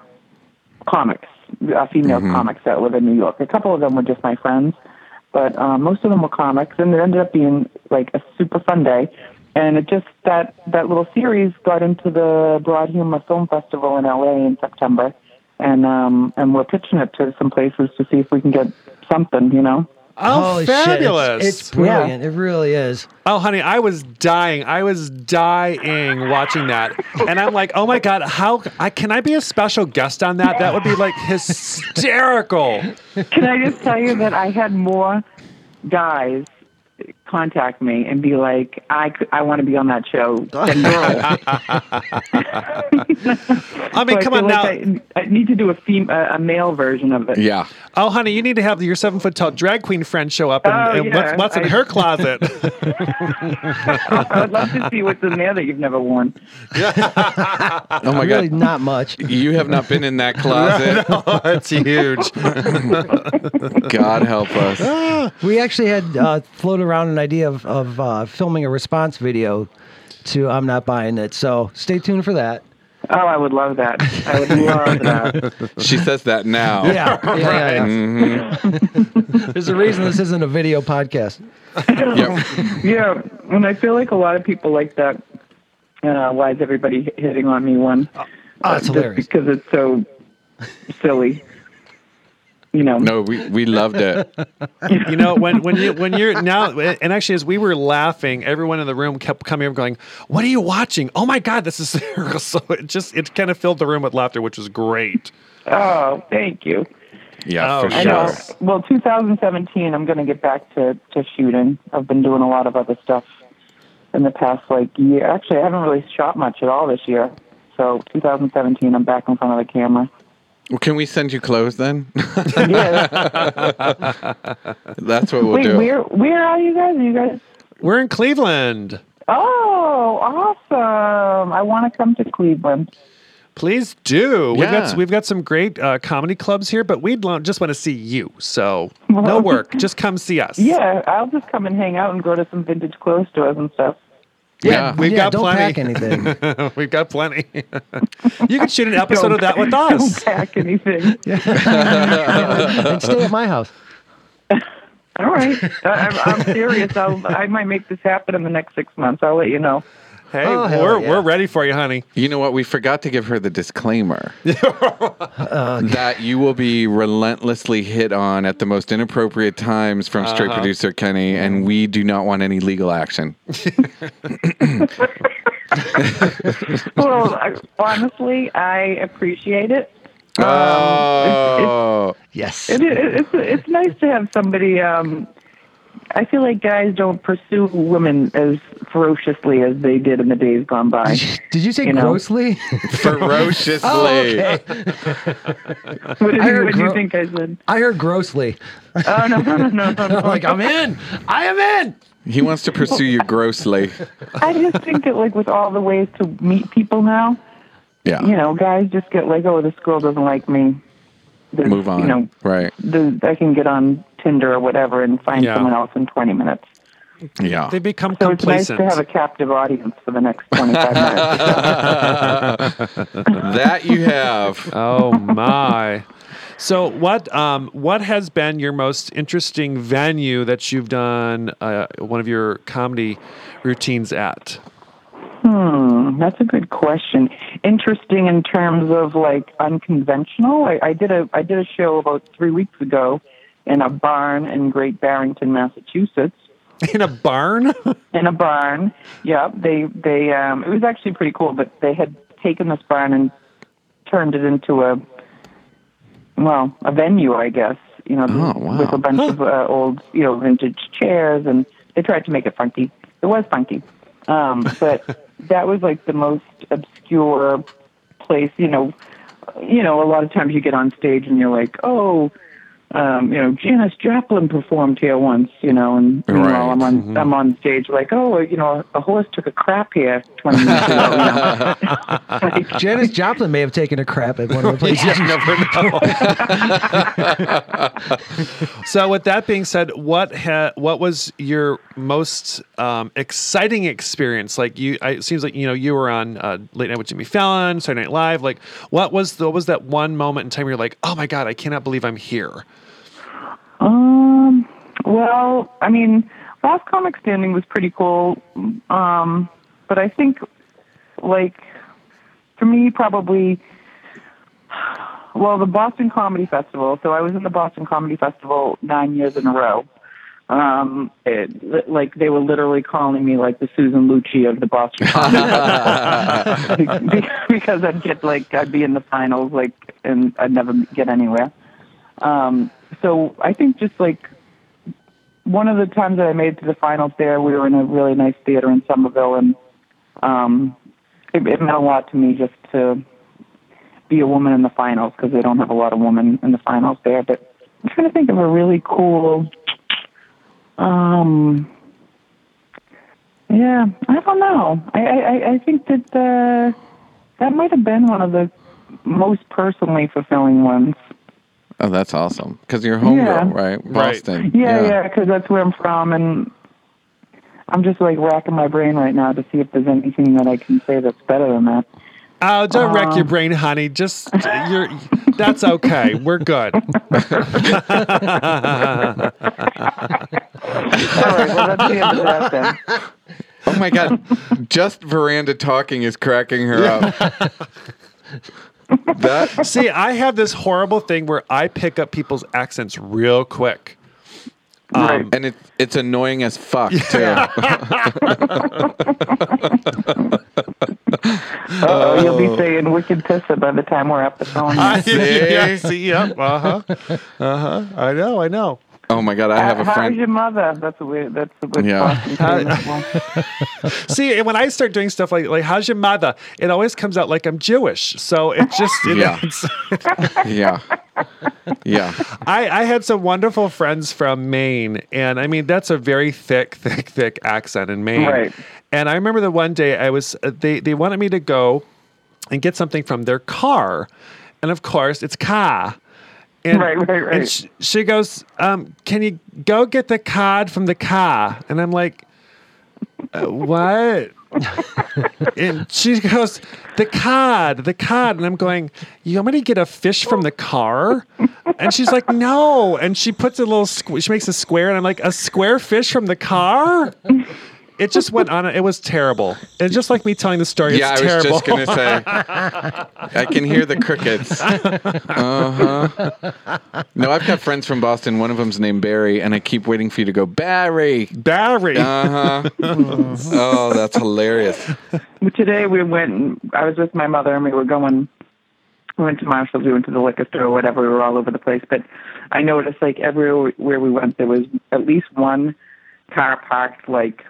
comics, uh, female comics that live in New York. A couple of them were just my friends, but uh, most of them were comics, and it ended up being like a super fun day. And it just that that little series got into the Broad Humor Film Festival in LA in September, and um, and we're pitching it to some places to see if we can get something, you know.
Oh,
shit, it's-
fabulous!
It's, brilliant. It really is.
Oh, honey, I was dying. I was dying watching that, and I'm like, oh my god, how I, can I be a special guest on that? That would be like hysterical.
Can I just tell you that I had more guys contact me and be like, I, c- I want to be on that show than girls.
I mean,
So
come
feel
on now.
like I, I need to do a fem- a, a male version of it.
Yeah.
Oh, honey, you need to have your seven foot tall drag queen friend show up and,
Oh,
and what's,
yeah,
what's in
I-
her closet.
I would love to see what's in there that you've never worn.
Oh my
really,
god.
not much.
You have not been in that closet.
That's huge.
God help us.
We actually had uh, floated around an idea of, of uh, filming a response video to I'm Not Buying It. So stay tuned for that.
Oh, I would love that. I would love that.
She says that now.
Yeah. yeah, yeah, yeah. There's a reason this isn't a video podcast.
Yep.
Yeah, and I feel like a lot of people like that. Uh, why is everybody h- hitting on me? One,
Oh, it's
just
hilarious.
because it's so silly. You know,
No, we, we loved it.
you know, when when you when you're now, and actually, as we were laughing, everyone in the room kept coming up going, "What are you watching? Oh my god, this is hysterical!" So it just it kind of filled the room with laughter, which was great.
oh, thank you.
Yeah,
Oh,
for
I
sure.
know.
Yes.
Well, 2017, I'm going to get back to, to shooting. I've been doing a lot of other stuff in the past like year. Actually, I haven't really shot much at all this year. So 2017, I'm back in front of the camera.
Well, can we send you clothes then?
Yeah.
That's what we'll
Wait,
do.
where where are you guys? Are you guys?
We're in Cleveland.
Oh, awesome! I want to come to Cleveland.
Please do. We've
Yeah.
got we've got some great uh, comedy clubs here, but we'd lo- just want to see you. So no
Well-
work, just come see us.
Yeah, I'll just come and hang out and go to some vintage clothes stores and stuff.
Yeah.
We've got
don't
plenty.
pack anything.
We've got plenty. you can shoot an episode of that with
Don't
us.
pack anything.
and stay at my house.
All right. I, I'm, I'm serious. I'll, I might make this happen in the next six months. I'll let you know.
Hey,
Oh, hell
we're
yeah.
we're ready for you, honey.
You know what? We forgot to give her the disclaimer that you will be relentlessly hit on at the most inappropriate times from
Uh-huh.
straight producer Kenny, and we do not want any legal action.
Well, I, honestly, I appreciate it.
oh,
Yes.
It, it, it's it's nice to have somebody. Um, I feel like guys don't pursue women as ferociously as they did in the days gone by.
Did you say
You know.
grossly? Oh,
ferociously.
Oh, What do
I heard
you, what do you
gro-
think I said?
I heard grossly.
Oh no no no no! no, no.
Like I'm in. I am in.
He wants to pursue you grossly.
I just think that like with all the ways to meet people now,
Yeah.
you know, guys just get like, oh, this girl doesn't like me. There's,
Move on.
You know,
Right.
the, I can get on Tinder or whatever and find
Yeah.
someone else in 20 minutes.
Yeah.
They become
So it's nice
complacent.
to have a captive audience for the next 25 minutes.
That you have.
oh my. So what um what has been your most interesting venue that you've done uh, one of your comedy routines at?
Hmm, that's a good question. Interesting in terms of like unconventional. I, I did a I did a show about three weeks ago in a barn in Great Barrington, Massachusetts.
In a barn?
in a barn. Yeah, they they um, it was actually pretty cool, but they had taken this barn and turned it into a well a venue, I guess. You know,
Oh, wow.
with a bunch of uh, old you know vintage chairs, and they tried to make it funky. It was funky, um, but that was like the most obscure place. You know, you know, a lot of times you get on stage and you're like, oh. Um, you know, Janis Joplin performed here once, you know, and meanwhile
Right. Mm-hmm.
I'm on I'm on stage like, oh, you know, a horse took a crap here twenty minutes ago. You know? Like,
Janice Joplin may have taken a crap at one of the places.
You never know. so, with that being said, what ha- what was your most um, exciting experience? Like you, I, it seems like you know you were on uh, Late Night with Jimmy Fallon, Saturday Night Live. Like, what was the, what was that one moment in time where you're like, oh my god, I cannot believe I'm here?
Um, well, I mean, Last Comic Standing was pretty cool, um, but I think, like, for me, probably, well, the Boston Comedy Festival. So I was in the Boston Comedy Festival nine years in a row. Um, it, like they were literally calling me like the Susan Lucci of the Boston Comedy Festival Be- because I'd get like I'd be in the finals like and I'd never get anywhere. Um, so I think just like one of the times that I made it to the finals there, we were in a really nice theater in Somerville, and um, it, it meant a lot to me just to be a woman in the finals because they don't have a lot of women in the finals there. But I'm trying to think of a really cool. Um, yeah, I don't know. I I, I- I think that uh, that might have been one of the most personally fulfilling ones.
Oh, that's awesome. Because you're a homegirl,
Yeah.
right? Boston.
Yeah, yeah, because that's where I'm from, and I'm just like racking my brain right now to see if there's anything that I can say that's better than that.
Oh, don't wreck your brain, honey. Just you're. That's okay. We're good.
All right, well that's the end of that then.
Oh my god, just veranda talking is cracking her up. that
See, I have this horrible thing where I pick up people's accents real quick. Um,
right.
and it, it's annoying as fuck too.
Uh-oh, you'll
Oh.
be saying wicked pissa by the time we're up the phone.
yeah, see, yep, uh huh, uh huh. I know, I know.
Oh my god, I have a
How- How's your
friend.
mother? That's a weird. That's a weird
Yeah.
yeah.
See, and when I start doing stuff like like how's your mother, it always comes out like I'm Jewish. So it just, you know,
Yeah.
it's-
Yeah, yeah.
I I had some wonderful friends from Maine, and I mean that's a very thick, thick, thick accent in Maine.
Right.
And I remember the one day I was uh, they they wanted me to go and get something from their car, and of course it's car. And,
Right, right, right.
And she, she goes, um, "Can you go get the card from the car?" And I'm like, uh, "What?" and she goes, "The cod, the cod," and I'm going, "You want me to get a fish from the car?" And she's like, "No," and she puts a little, squ- she makes a square, and I'm like, "A square fish from the car?" It just went on. It was terrible. It's just like me telling the story.
yeah,
it's
I was
terrible.
just gonna say. I can hear the crickets. Uh huh. No, I've got friends from Boston. One of them's named Barry, and I keep waiting for you to go Barry.
Barry.
Uh huh. oh, that's hilarious.
Today we went. I was with my mother, and we were going. We went to Marshalls. We went to the liquor store, or whatever. We were all over the place, but I noticed like everywhere where we went, there was at least one car parked like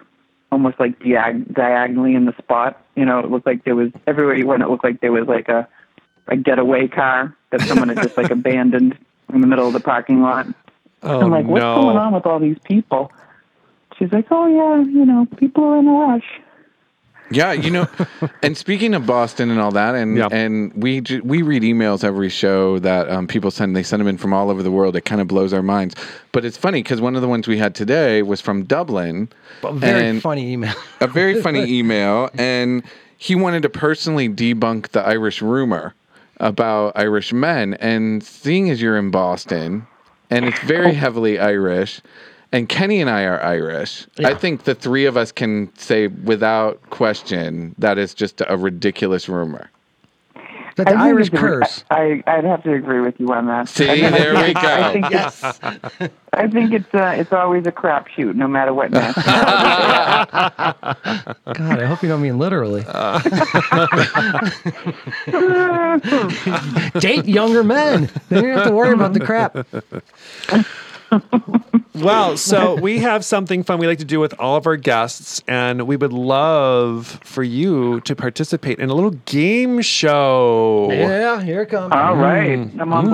almost like diag- diagonally in the spot. You know, it looked like there was everywhere you went. It looked like there was like a a getaway car that someone had just like abandoned in the middle of the parking lot.
oh,
I'm like, what's
no.
going on with all these people? She's like, oh yeah, you know, people are in a rush.
Yeah, you know, and speaking of Boston and all that, and
Yeah.
and we ju- we read emails every show that um, people send. They send them in from all over the world. It kind of blows our minds. But it's funny because one of the ones we had today was from Dublin.
But very
and-
funny email.
a very funny email, and he wanted to personally debunk the Irish rumor about Irish men. And seeing as you're in Boston, and it's very heavily Irish, and Kenny and I are Irish, I think the three of us can say without question that is just a ridiculous rumor.
That the
I think
Irish
it's a-
curse.
I, I'd have to agree with you on that.
See,
I mean, I
there
think-
we go.
I think,
Yes.
I think it's uh, it's always a crapshoot, no matter what. nationality.
God, I hope you don't mean literally.
Uh.
Date younger men. Then you don't have to worry about the crap.
Well, so we have something fun we like to do with all of our guests, and we would love for you to participate in a little game show.
Yeah, here it comes.
All right,
Mm-hmm.
I'm on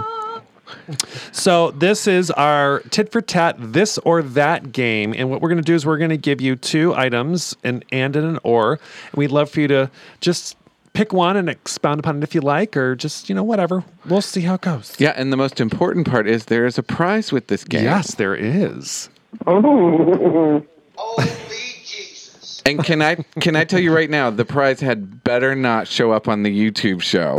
board.
So this is our tit for tat, this or that game, and what we're going to do is we're going to give you two items, an and and an or, and we'd love for you to just pick one and expound upon it if you like, or just you know whatever. We'll see how it goes.
Yeah, and the most important part is there is a prize with this game.
Yes, there is.
Ooh.
Holy Jesus.
And can I can I tell you right now the prize had better not show up on the YouTube show.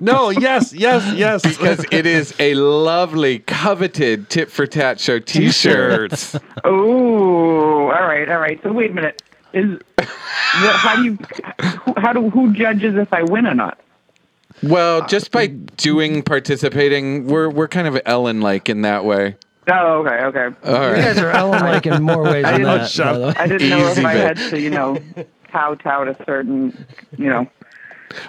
No, yes, yes, yes.
because it is a lovely, coveted tit for tat show t shirt.
Ooh. All right. All right. So wait a minute. Is well, how do you who- how do who judges if I win or not?
Well, just by doing participating, we're we're kind of Ellen like in that way.
Oh, okay. Okay.
All
You
right.
guys are Ellen like in more ways than
didn't-
that.
shut
by the way.
I didn't know if
Easy
I
bit.
had to, you know, kowtow to certain, you know.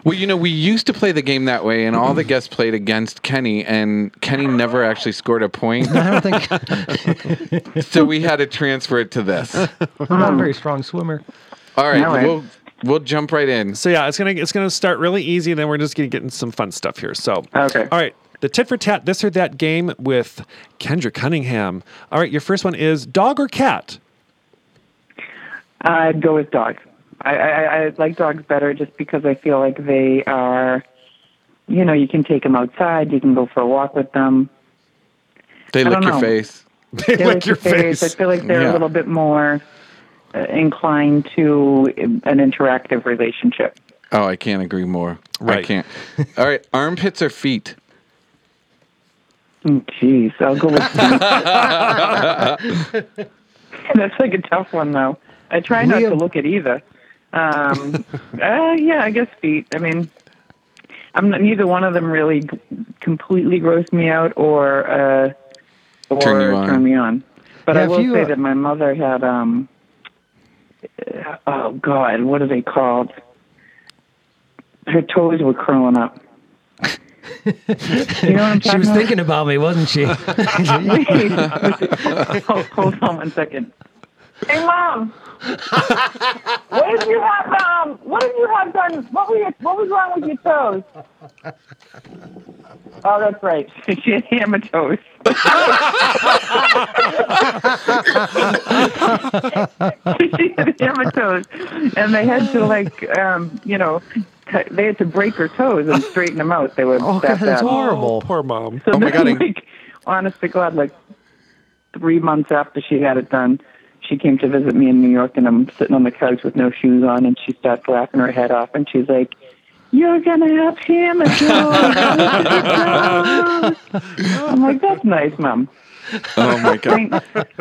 Well, you know, we used to play the game that way, and all the guests played against Kenny, and Kenny never actually scored a point.
I don't think
so we had to transfer it to this.
I'm not a very strong swimmer.
All right,
All right.
we'll we'll jump right in.
So yeah, it's gonna it's gonna start really easy, and then we're just gonna get into some fun stuff here. So
Okay.
all right, the tit for tat, this or that game with Kendra Cunningham. All right, your first one is dog or cat.
I'd go with dogs. I, I, I like dogs better just because I feel like they are, you know, you can take them outside, you can go for a walk with them.
They
I
lick
don't
your
know.
face.
They
They
lick your face.
I feel like they're
Yeah.
a little bit more uh, inclined to um, an interactive relationship.
Oh, I can't agree more. I
Right.
can't. All right, armpits or feet?
Mm, Jeez, I'll go with. That's like a tough one though. I try not
Liam-
to look at either. Um, uh, yeah, I guess feet. I mean, I'm not, neither one of them really g- completely gross me out or uh, or
Turn you on.
me on. But
Yeah,
I
if
will
you,
say
uh,
that my mother had um. uh, Oh God, what are they called? Her toes were curling up. you know what I'm talking
She was
about?
thinking about me, wasn't she?
Wait, hold, hold on one second.
Hey, mom. what did you have? Um, what did you have done? What were your, What was wrong with your toes?
Oh, that's right. She had hammer toes. she had hammer toes, and they had to like, um, you know, cut- they had to break her toes and straighten them out. They were
Oh, God,
that
that's
bad.
horrible.
Poor mom.
So
Oh, my
then,
God, I-
like, honest to God, like three months after she had it done, she came to visit me in New York, and I'm sitting on the couch with no shoes on, and she starts laughing her head off, and she's like, "You're gonna have hammer toes." I'm like, "That's nice, mom.
Oh my god.
Thanks,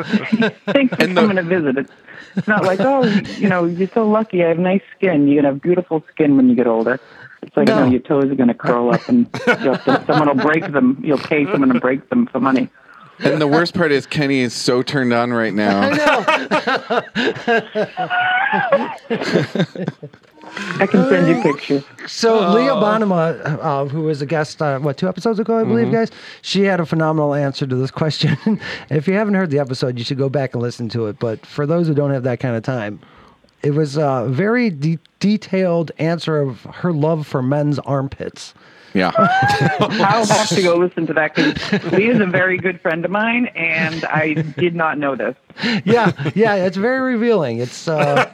thanks for
And the-
coming to visit." It's- It's not like, "Oh, you know, you're so lucky. I have nice skin. You're gonna have beautiful skin when you get older." It's like,
No.
no, your toes are gonna curl up, and you'll have to, someone will break them. You'll pay someone to break them for money.
And the worst part is Kenny is so turned on right now.
I can send you pictures.
So Leah Bonema, uh, who was a guest, uh, what two episodes ago, I believe, guys, she had a phenomenal answer to this question. if you haven't heard the episode, you should go back and listen to it. But for those who don't have that kind of time, it was a very de- detailed answer of her love for men's armpits.
Yeah.
I'll have to go listen to that because Lee is a very good friend of mine, and I did not know this.
Yeah, yeah, it's very revealing. It's uh,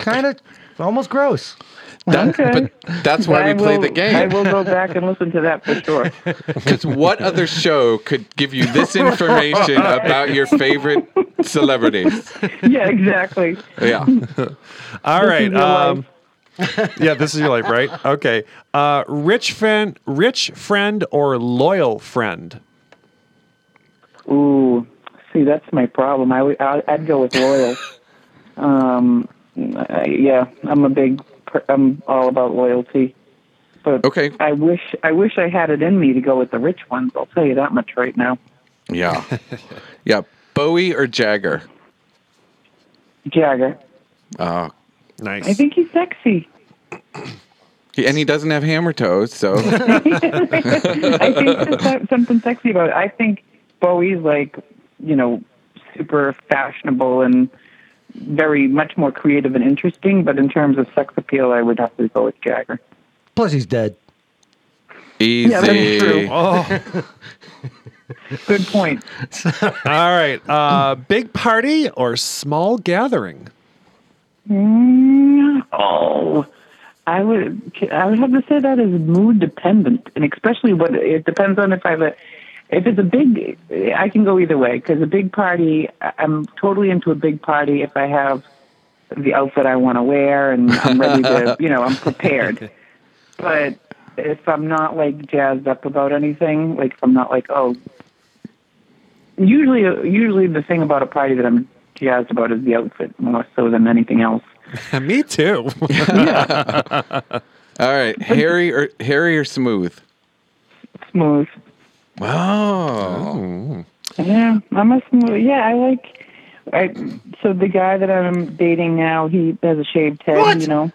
kind of almost gross.
That-
Okay.
But that's why
I
we play
will-
the
I
game.
will go back and listen to that for sure.
Because what other show could give you this information about your favorite celebrities?
Yeah, exactly.
Yeah.
All right.
your
Um, yeah, this is your life, right? Okay. Uh, rich friend, rich friend, or loyal friend?
Ooh, see, that's my problem. I would, I- I'd go with loyal. Um, I, yeah, I'm a big, per- I'm all about loyalty. But
Okay.
I wish, I wish I had it in me to go with the rich ones. I'll tell you that much right now.
Yeah. Yeah. Bowie or Jagger?
Jagger,
Oh.
Nice.
I think he's sexy.
And he doesn't have hammer toes, so
I think there's some- something sexy about it. I think Bowie's like, you know, super fashionable and very much more creative and interesting. But in terms of sex appeal, I would have to go with Jagger.
Plus, he's dead.
easy.
that's true.
Oh,
Good point.
all right. Uh, big party or small gathering?
Mm, oh, I would I would have to say that is mood dependent, and especially what it depends on if I have a if it's a big I can go either way because a big party I- I'm totally into a big party if I have the outfit I want to wear and I'm ready to you know I'm prepared, but if I'm not like jazzed up about anything, like if I'm not like oh. Usually, usually the thing about a party that I'm jazzed about is the outfit more so than anything else.
Me too.
All right. Harry or Harry or smooth?
smooth.
Oh.
Yeah, I'm a smooth. Yeah, I like. I so the guy that I'm dating now, he has a shaved head, you know.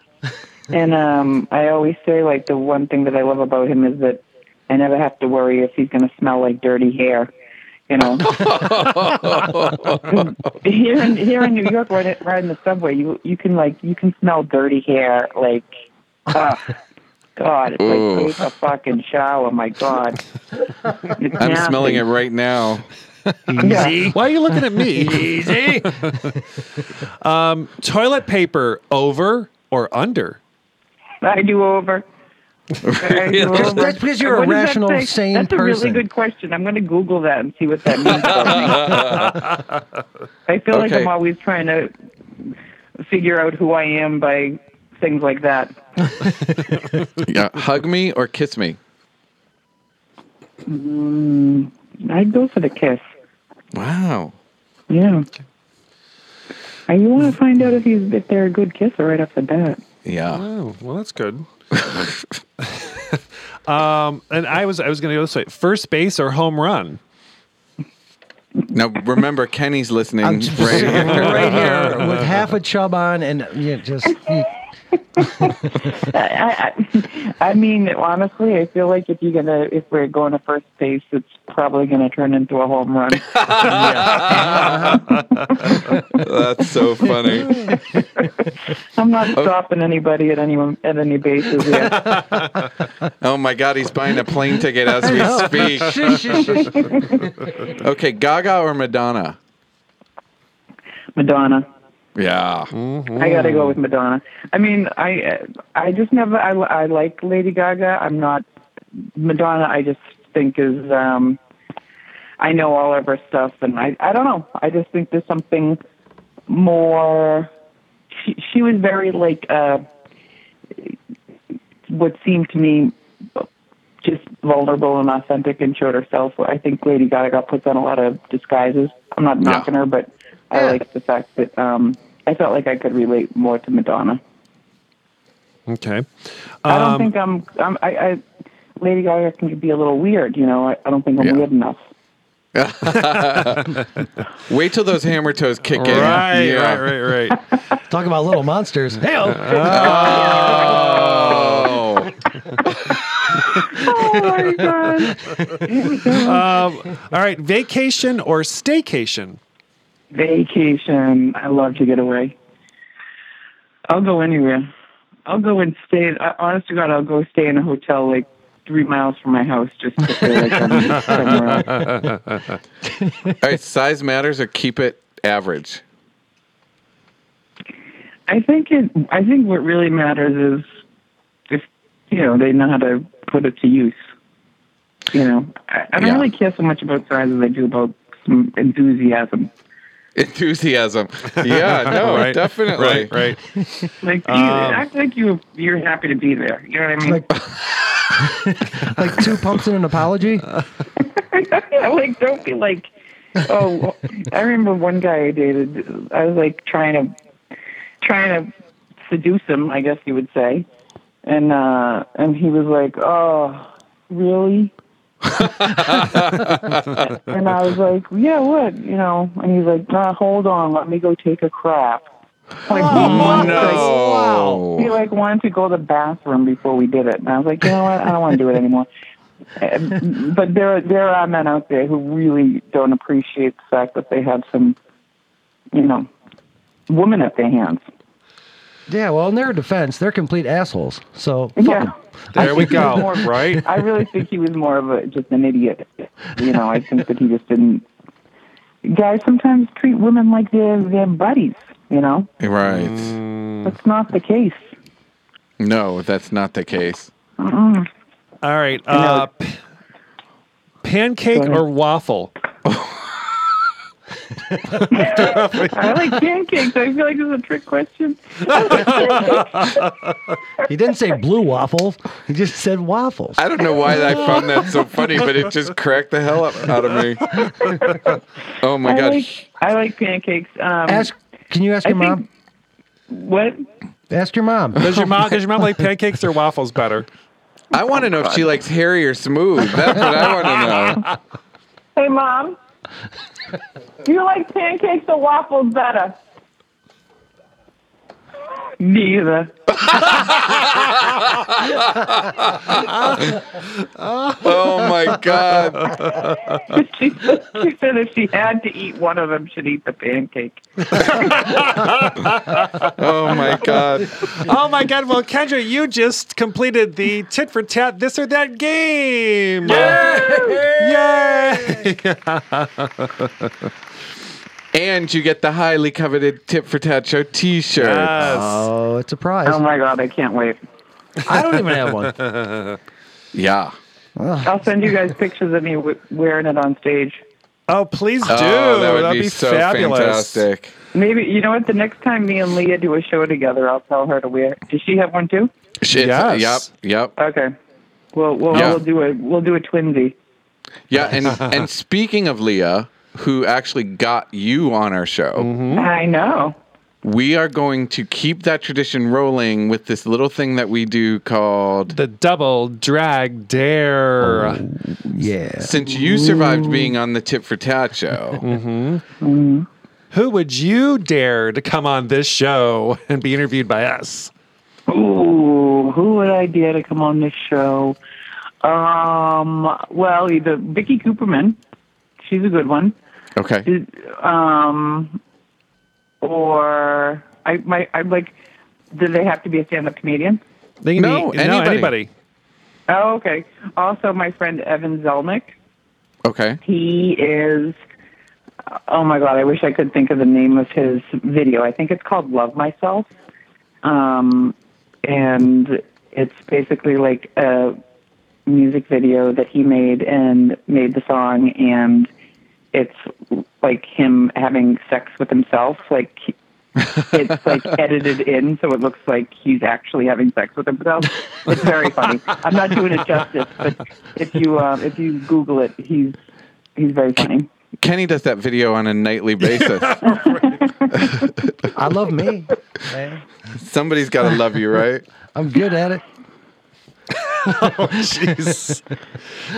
and um, I always say like the one thing that I love about him is that I never have to worry if he's going to smell like dirty hair. You know, here in here in New York, riding, riding the subway, you you can like you can smell dirty hair like, ugh, God, it's
Ooh.
like take a fucking shower. My God, It's
I'm
nasty.
smelling it right now.
Yeah.
Why are you looking at me? Easy. um, toilet paper over or under?
I do over. I do
Really?
over.
That's because you're a
What does that
rational,
say?
sane
That's a
person.
really good question. I'm going to Google that and see what that means. about me. I feel like
Okay.
I'm always trying to figure out who I am by things like that.
Yeah. Hug me or kiss me?
I'd go for the kiss.
Wow.
Yeah. And you want to find out if he's if they're a good kisser right off the bat.
Yeah.
Oh, well, that's good. um, and I was I was going to go this way: first base or home run?
Now remember, Kenny's listening.
I'm just
right
sitting
here.
right here with half a chub on, and you know, just
I, I, I mean, honestly, I feel like if you're gonna, if we're going to first base, it's probably gonna turn into a home run.
That's so funny.
I'm not stopping anybody at any at any bases yet.
Oh my God, he's buying a plane ticket as we speak. Okay, Gaga or Madonna?
Madonna.
Yeah.
I gotta go with Madonna. I mean, I I just never I, I like Lady Gaga. I'm not Madonna. I just think is um I know all of her stuff, and I I don't know. I just think there's something more. She, she was very like uh, what seemed to me just vulnerable and authentic and showed herself. I think Lady Gaga got puts on a lot of disguises. I'm not knocking her, but I like the fact that um, I felt like I could relate more to Madonna.
Okay.
I don't
Um,
think I'm. I'm I, I Lady Gaga can be a little weird, you know. I, I don't think I'm
Yeah.
weird enough.
Wait till those hammer toes kick in.
Right,
Yeah.
right, right, right.
Talk about little monsters. Hell,
Oh.
Oh my god!
um, all right, vacation or staycation?
Vacation. I love to get away. I'll go anywhere. I'll go and stay. I, honest to God, I'll go stay in a hotel like three miles from my house just to feel like I'm somewhere else.
All right. Size matters or keep it average.
I think it. I think what really matters is if you know they know how to put it to use. You know, I, I don't
Yeah.
really care so much about size as I do about some enthusiasm.
Enthusiasm. Yeah. No.
Right,
Definitely.
Right, right.
Like you, act like you you're happy to be there. You know what I mean?
like, like two pumps and an apology.
yeah, like don't be like. Oh, I remember one guy I dated. I was like trying to trying to seduce him, I guess you would say, and uh and he was like, "Oh, really?" and I was like, "Yeah, what?" You know, and he's like, nah, "Hold on, let me go take a crap." Like, he wanted, like,
Oh.
he like wanted to go to the bathroom before we did it, and I was like, you know what? I don't want to do it anymore. Uh, but there, there are men out there who really don't appreciate the fact that they have some, you know, woman at their hands.
Yeah, well, in their defense, they're complete assholes. So fuck 'em.
Yeah,
There we
think it's
go.
more-
Right.
I really think he was more of a just an idiot. You know, I think that he just didn't. Guys sometimes treat women like they're their buddies. You know,
Right.
Mm.
that's not the case.
No, that's not the case.
All right. Uh, p- pancake or waffle?
I like pancakes. I feel like this is a trick question.
He didn't say blue waffles. He just said waffles.
I don't know why I found that so funny, but it just cracked the hell up out of me. Oh my
I
god.
like I like pancakes. Um,
Ask. Can you ask
I
your
think-
mom?
what?
Ask your mom.
Does your mom? Does your mom like pancakes or waffles better?
I want to know if she likes hairy or smooth. That's what I want to know.
Hey, mom. Do you like pancakes or waffles better? Neither.
Oh my god.
she, she said if she had to eat one of them, she'd eat the pancake.
Oh my god.
Oh my God! Well, Kendra, you just completed the tit for tat this or that game. Yay!
And you get the highly coveted Tip for Tat Show T-shirt.
Yes.
Oh, it's a prize.
Oh my god, I can't wait.
I don't even have one.
yeah.
I'll send you guys pictures of me w- wearing it on stage.
Oh, please do.
Oh, that would
That'd
be, so
fabulous.
fantastic.
Maybe you know what? The next time me and Leah do a show together, I'll tell her to wear. Does she have one too?
Shit.
Yes.
Yep. Yep.
Okay. Well, we'll,
Yeah.
we'll do a we'll do a twinsy.
Yeah. And and speaking of Leah, who actually got you on our show,
Mm-hmm.
I know.
we are going to keep that tradition rolling with this little thing that we do called.
The double drag dare.
Oh,
Yeah.
Since you survived being on the Tip for Tat Show,
Mm-hmm. Who would you dare to come on this show and be interviewed by us?
Ooh, who would I dare to come on this show? Um, well, either Vicky Cooperman, she's a good one,
okay,
um, or I my I'm like, do they have to be a stand-up comedian?
They can
No,
be-
anybody.
anybody.
Oh, okay. Also, my friend Evan Zelnick,
okay,
he is. Oh my God! I wish I could think of the name of his video. I think it's called "Love Myself," um, and it's basically like a music video that he made and made the song and it's like him having sex with himself. Like he- it's like edited in, so it looks like he's actually having sex with himself. It's very funny. I'm not doing it justice, but if you uh, if you Google it, he's he's very funny.
Kenny does that video on a nightly basis.
I love me. man.
Somebody's got to love you, right?
I'm good at it.
Jeez.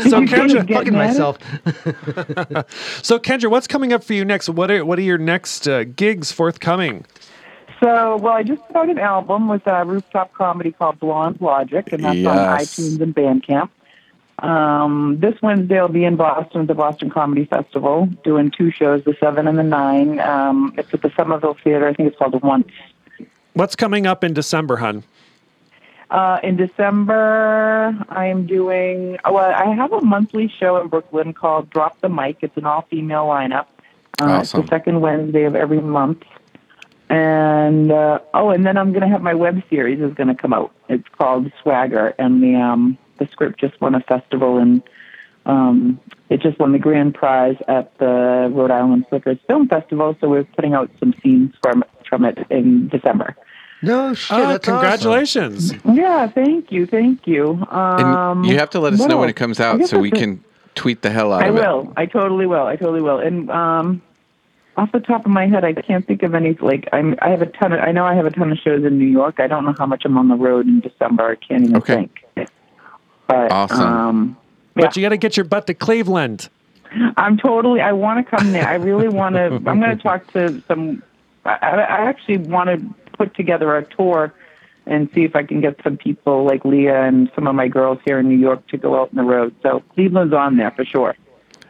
so
You
Kendra,
couldn't get
Fucking
mad at-
myself.
so Kendra, what's coming up for you next? What are what are your next uh, gigs forthcoming?
So, well, I just put out an album with a rooftop comedy called Blonde Logic, and that's on
Yes.
iTunes and Bandcamp. Um, this Wednesday, I'll be in Boston at the Boston Comedy Festival, doing two shows, the seven and the nine. Um, it's at the Somerville Theater. I think it's called the Once.
What's coming up in December, hun? Ah,
Uh, in December, I'm doing. Well, I have a monthly show in Brooklyn called Drop the Mic. It's an all-female lineup. Uh,
Awesome.
It's the second Wednesday of every month. And uh, oh, and then I'm going to have my web series is going to come out. It's called Swagger, and the um, the script just won a festival and um, it just won the grand prize at the Rhode Island Flickers Film Festival. So we're putting out some scenes from from it in December.
No shit.
Oh,
that's awesome.
congratulations.
Yeah, thank you, thank you.
And
Um,
you have to let us know when it comes
I
out
guess
so we
that's it.
can tweet the hell out
I
of it.
will. I totally will. I totally will. And um, off the top of my head, I can't think of any. Like I'm, I have a ton. Of, I know I have a ton of shows in New York. I don't know how much I'm on the road in December. I can't even
Okay.
think. But
Awesome.
um,
But you got to get your butt to Cleveland.
I'm totally. I want to come there. I really want to. I'm going to talk to some. I, I I actually want to put together a tour and see if I can get some people like Leah and some of my girls here in New York to go out on the road. So Cleveland's on there for sure.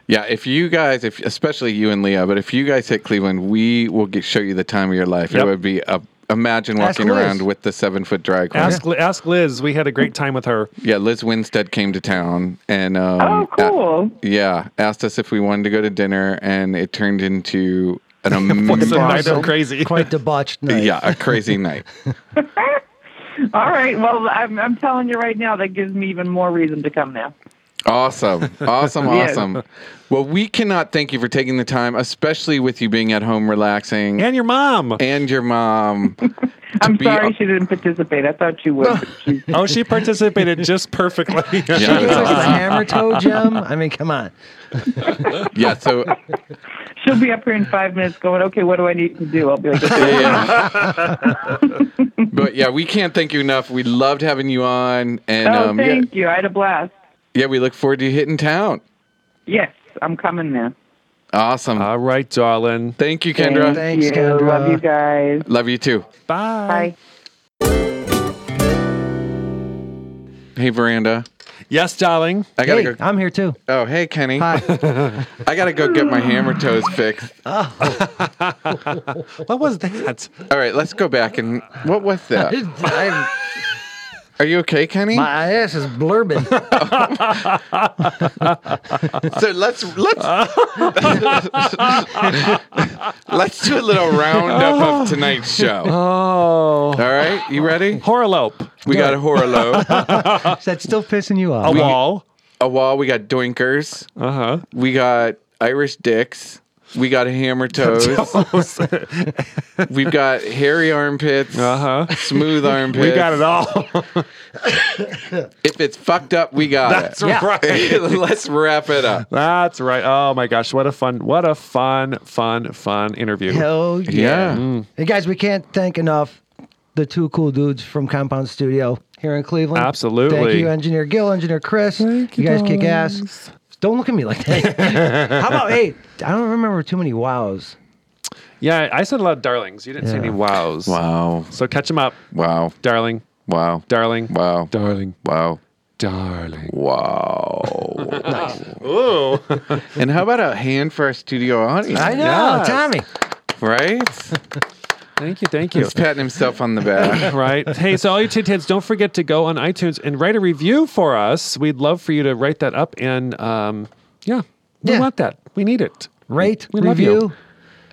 Yeah, if you guys, if especially you and Leah, but if you guys hit Cleveland, we will get, show you the time of your life.
Yep.
It would be a, imagine
Ask
walking
Liz.
around with the seven foot drag queen.
Ask Li- ask Liz. We had a great time with her.
Yeah, Liz Winstead came to town and um,
oh,
a-
cool.
yeah, asked us if we wanted to go to dinner, and it turned into an
It's a night of
amazing,
crazy.
Quite debauched night.
yeah, a crazy night.
All right. Well, I'm, I'm telling you right now, that gives me even more reason to come now.
Awesome. Awesome.
Yes.
Awesome. Well, we cannot thank you for taking the time, especially with you being at home relaxing and,
And your mom.
your mom.
I'm
be
sorry
a-
she didn't participate. I thought she would. She's
Oh, she participated just perfectly.
She
Yeah.
gave us the hammer toe gem. I mean, come on.
yeah. So,
she'll be up here in five minutes going, okay, what do I need to do? I'll be like, "Oh, okay.
yeah. but yeah, we can't thank you enough. We loved having you on. And
oh,
um, yeah,
thank you. I had a blast.
yeah, we look forward to you hitting town.
Yes, I'm coming now.
Awesome.
All right, darling.
thank you, Kendra.
Thanks,
you.
Kendra.
Love you guys.
Love you too.
Bye.
Bye.
Hey, Veranda.
Yes, darling.
I gotta
Hey,
go.
I'm here too.
Oh, hey, Kenny.
Hi.
I gotta go get my hammer toes fixed.
What was that?
All right, let's go back and what was that?
I'm-
Are you okay, Kenny?
my ass is blurbing.
So let's let's let's do a little roundup of tonight's show. All
Oh,
right, you ready?
horlope.
We got a horolope,
Is that still pissing you
A
off?
wall.
a wall. We got doinkers.
Uh huh.
We got Irish dicks. We got hammer toes. We've got hairy armpits.
Uh huh.
Smooth armpits.
We got it all.
If it's fucked up, we got
That's
it.
right.
let's wrap it up.
That's right. Oh my gosh, what a fun, what a fun, fun, fun interview.
Hell yeah.
Yeah.
Mm.
Hey, guys, we can't thank enough the two cool dudes from Compound Studio here in Cleveland.
Absolutely.
Thank you, Engineer Gil, Engineer Chris.
Thank
you
you,
guys kick
darlings.
ass. Don't look at me like that. How about, hey, I don't remember too many wows.
Yeah, I said a lot of darlings. You didn't say
Yeah.
any wows.
Wow.
So catch them up,
Oh, Wow.
darling,
Wow.
darling,
Wow.
darling,
Wow.
darling.
Wow. And how about a hand for our studio audience?
I know,
Yes.
Tommy.
Right?
Thank you, thank you.
He's patting himself on the back.
right. Hey, so all you tin heads, don't forget to go on iTunes and write a review for us. We'd love for you to write that up, and um, yeah, we
Yeah.
want that. We need it.
Rate,
We love you.
review.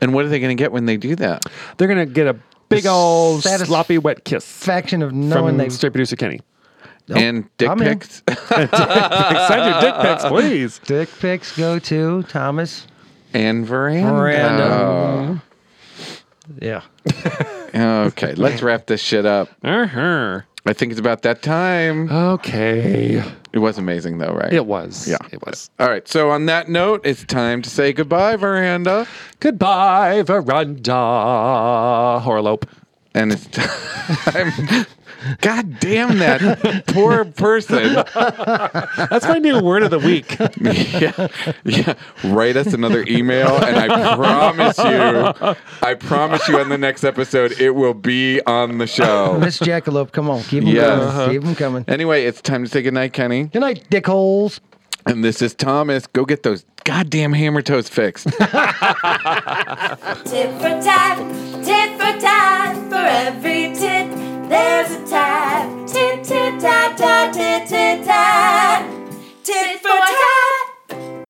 And what are they going to get when they do that?
They're gonna get a big old
Satis-
sloppy wet kiss
Faction of knowing
from
they
straight producer Kenny.
and dick
I'm in.
pics?
Send your dick pics, please.
dick pics go to Thomas
and veranda.
Veranda. Yeah.
Oh, Okay, let's wrap this shit up.
Uh-huh.
I think it's about that time.
Okay.
It was amazing though, right?
It was.
Yeah.
It was.
All right. So on that note, it's time to say goodbye, Veranda,
Goodbye, veranda. Horlope.
and it's time. God damn that poor person.
That's my new word of the week.
yeah, yeah. Write us another email, and I promise you, I promise you, on the next episode, it will be on the show.
Miss Jackalope, come on. Keep them
Yes.
coming.
Uh-huh.
Keep them coming.
Anyway, it's time to say goodnight, Kenny.
Good night, dickholes.
And this is Thomas. Go get those goddamn hammer toes fixed.
Tit for tat, tit for tat, for every tit, there's a tat. Tit, tit, tat, tat, tit, tit, tat.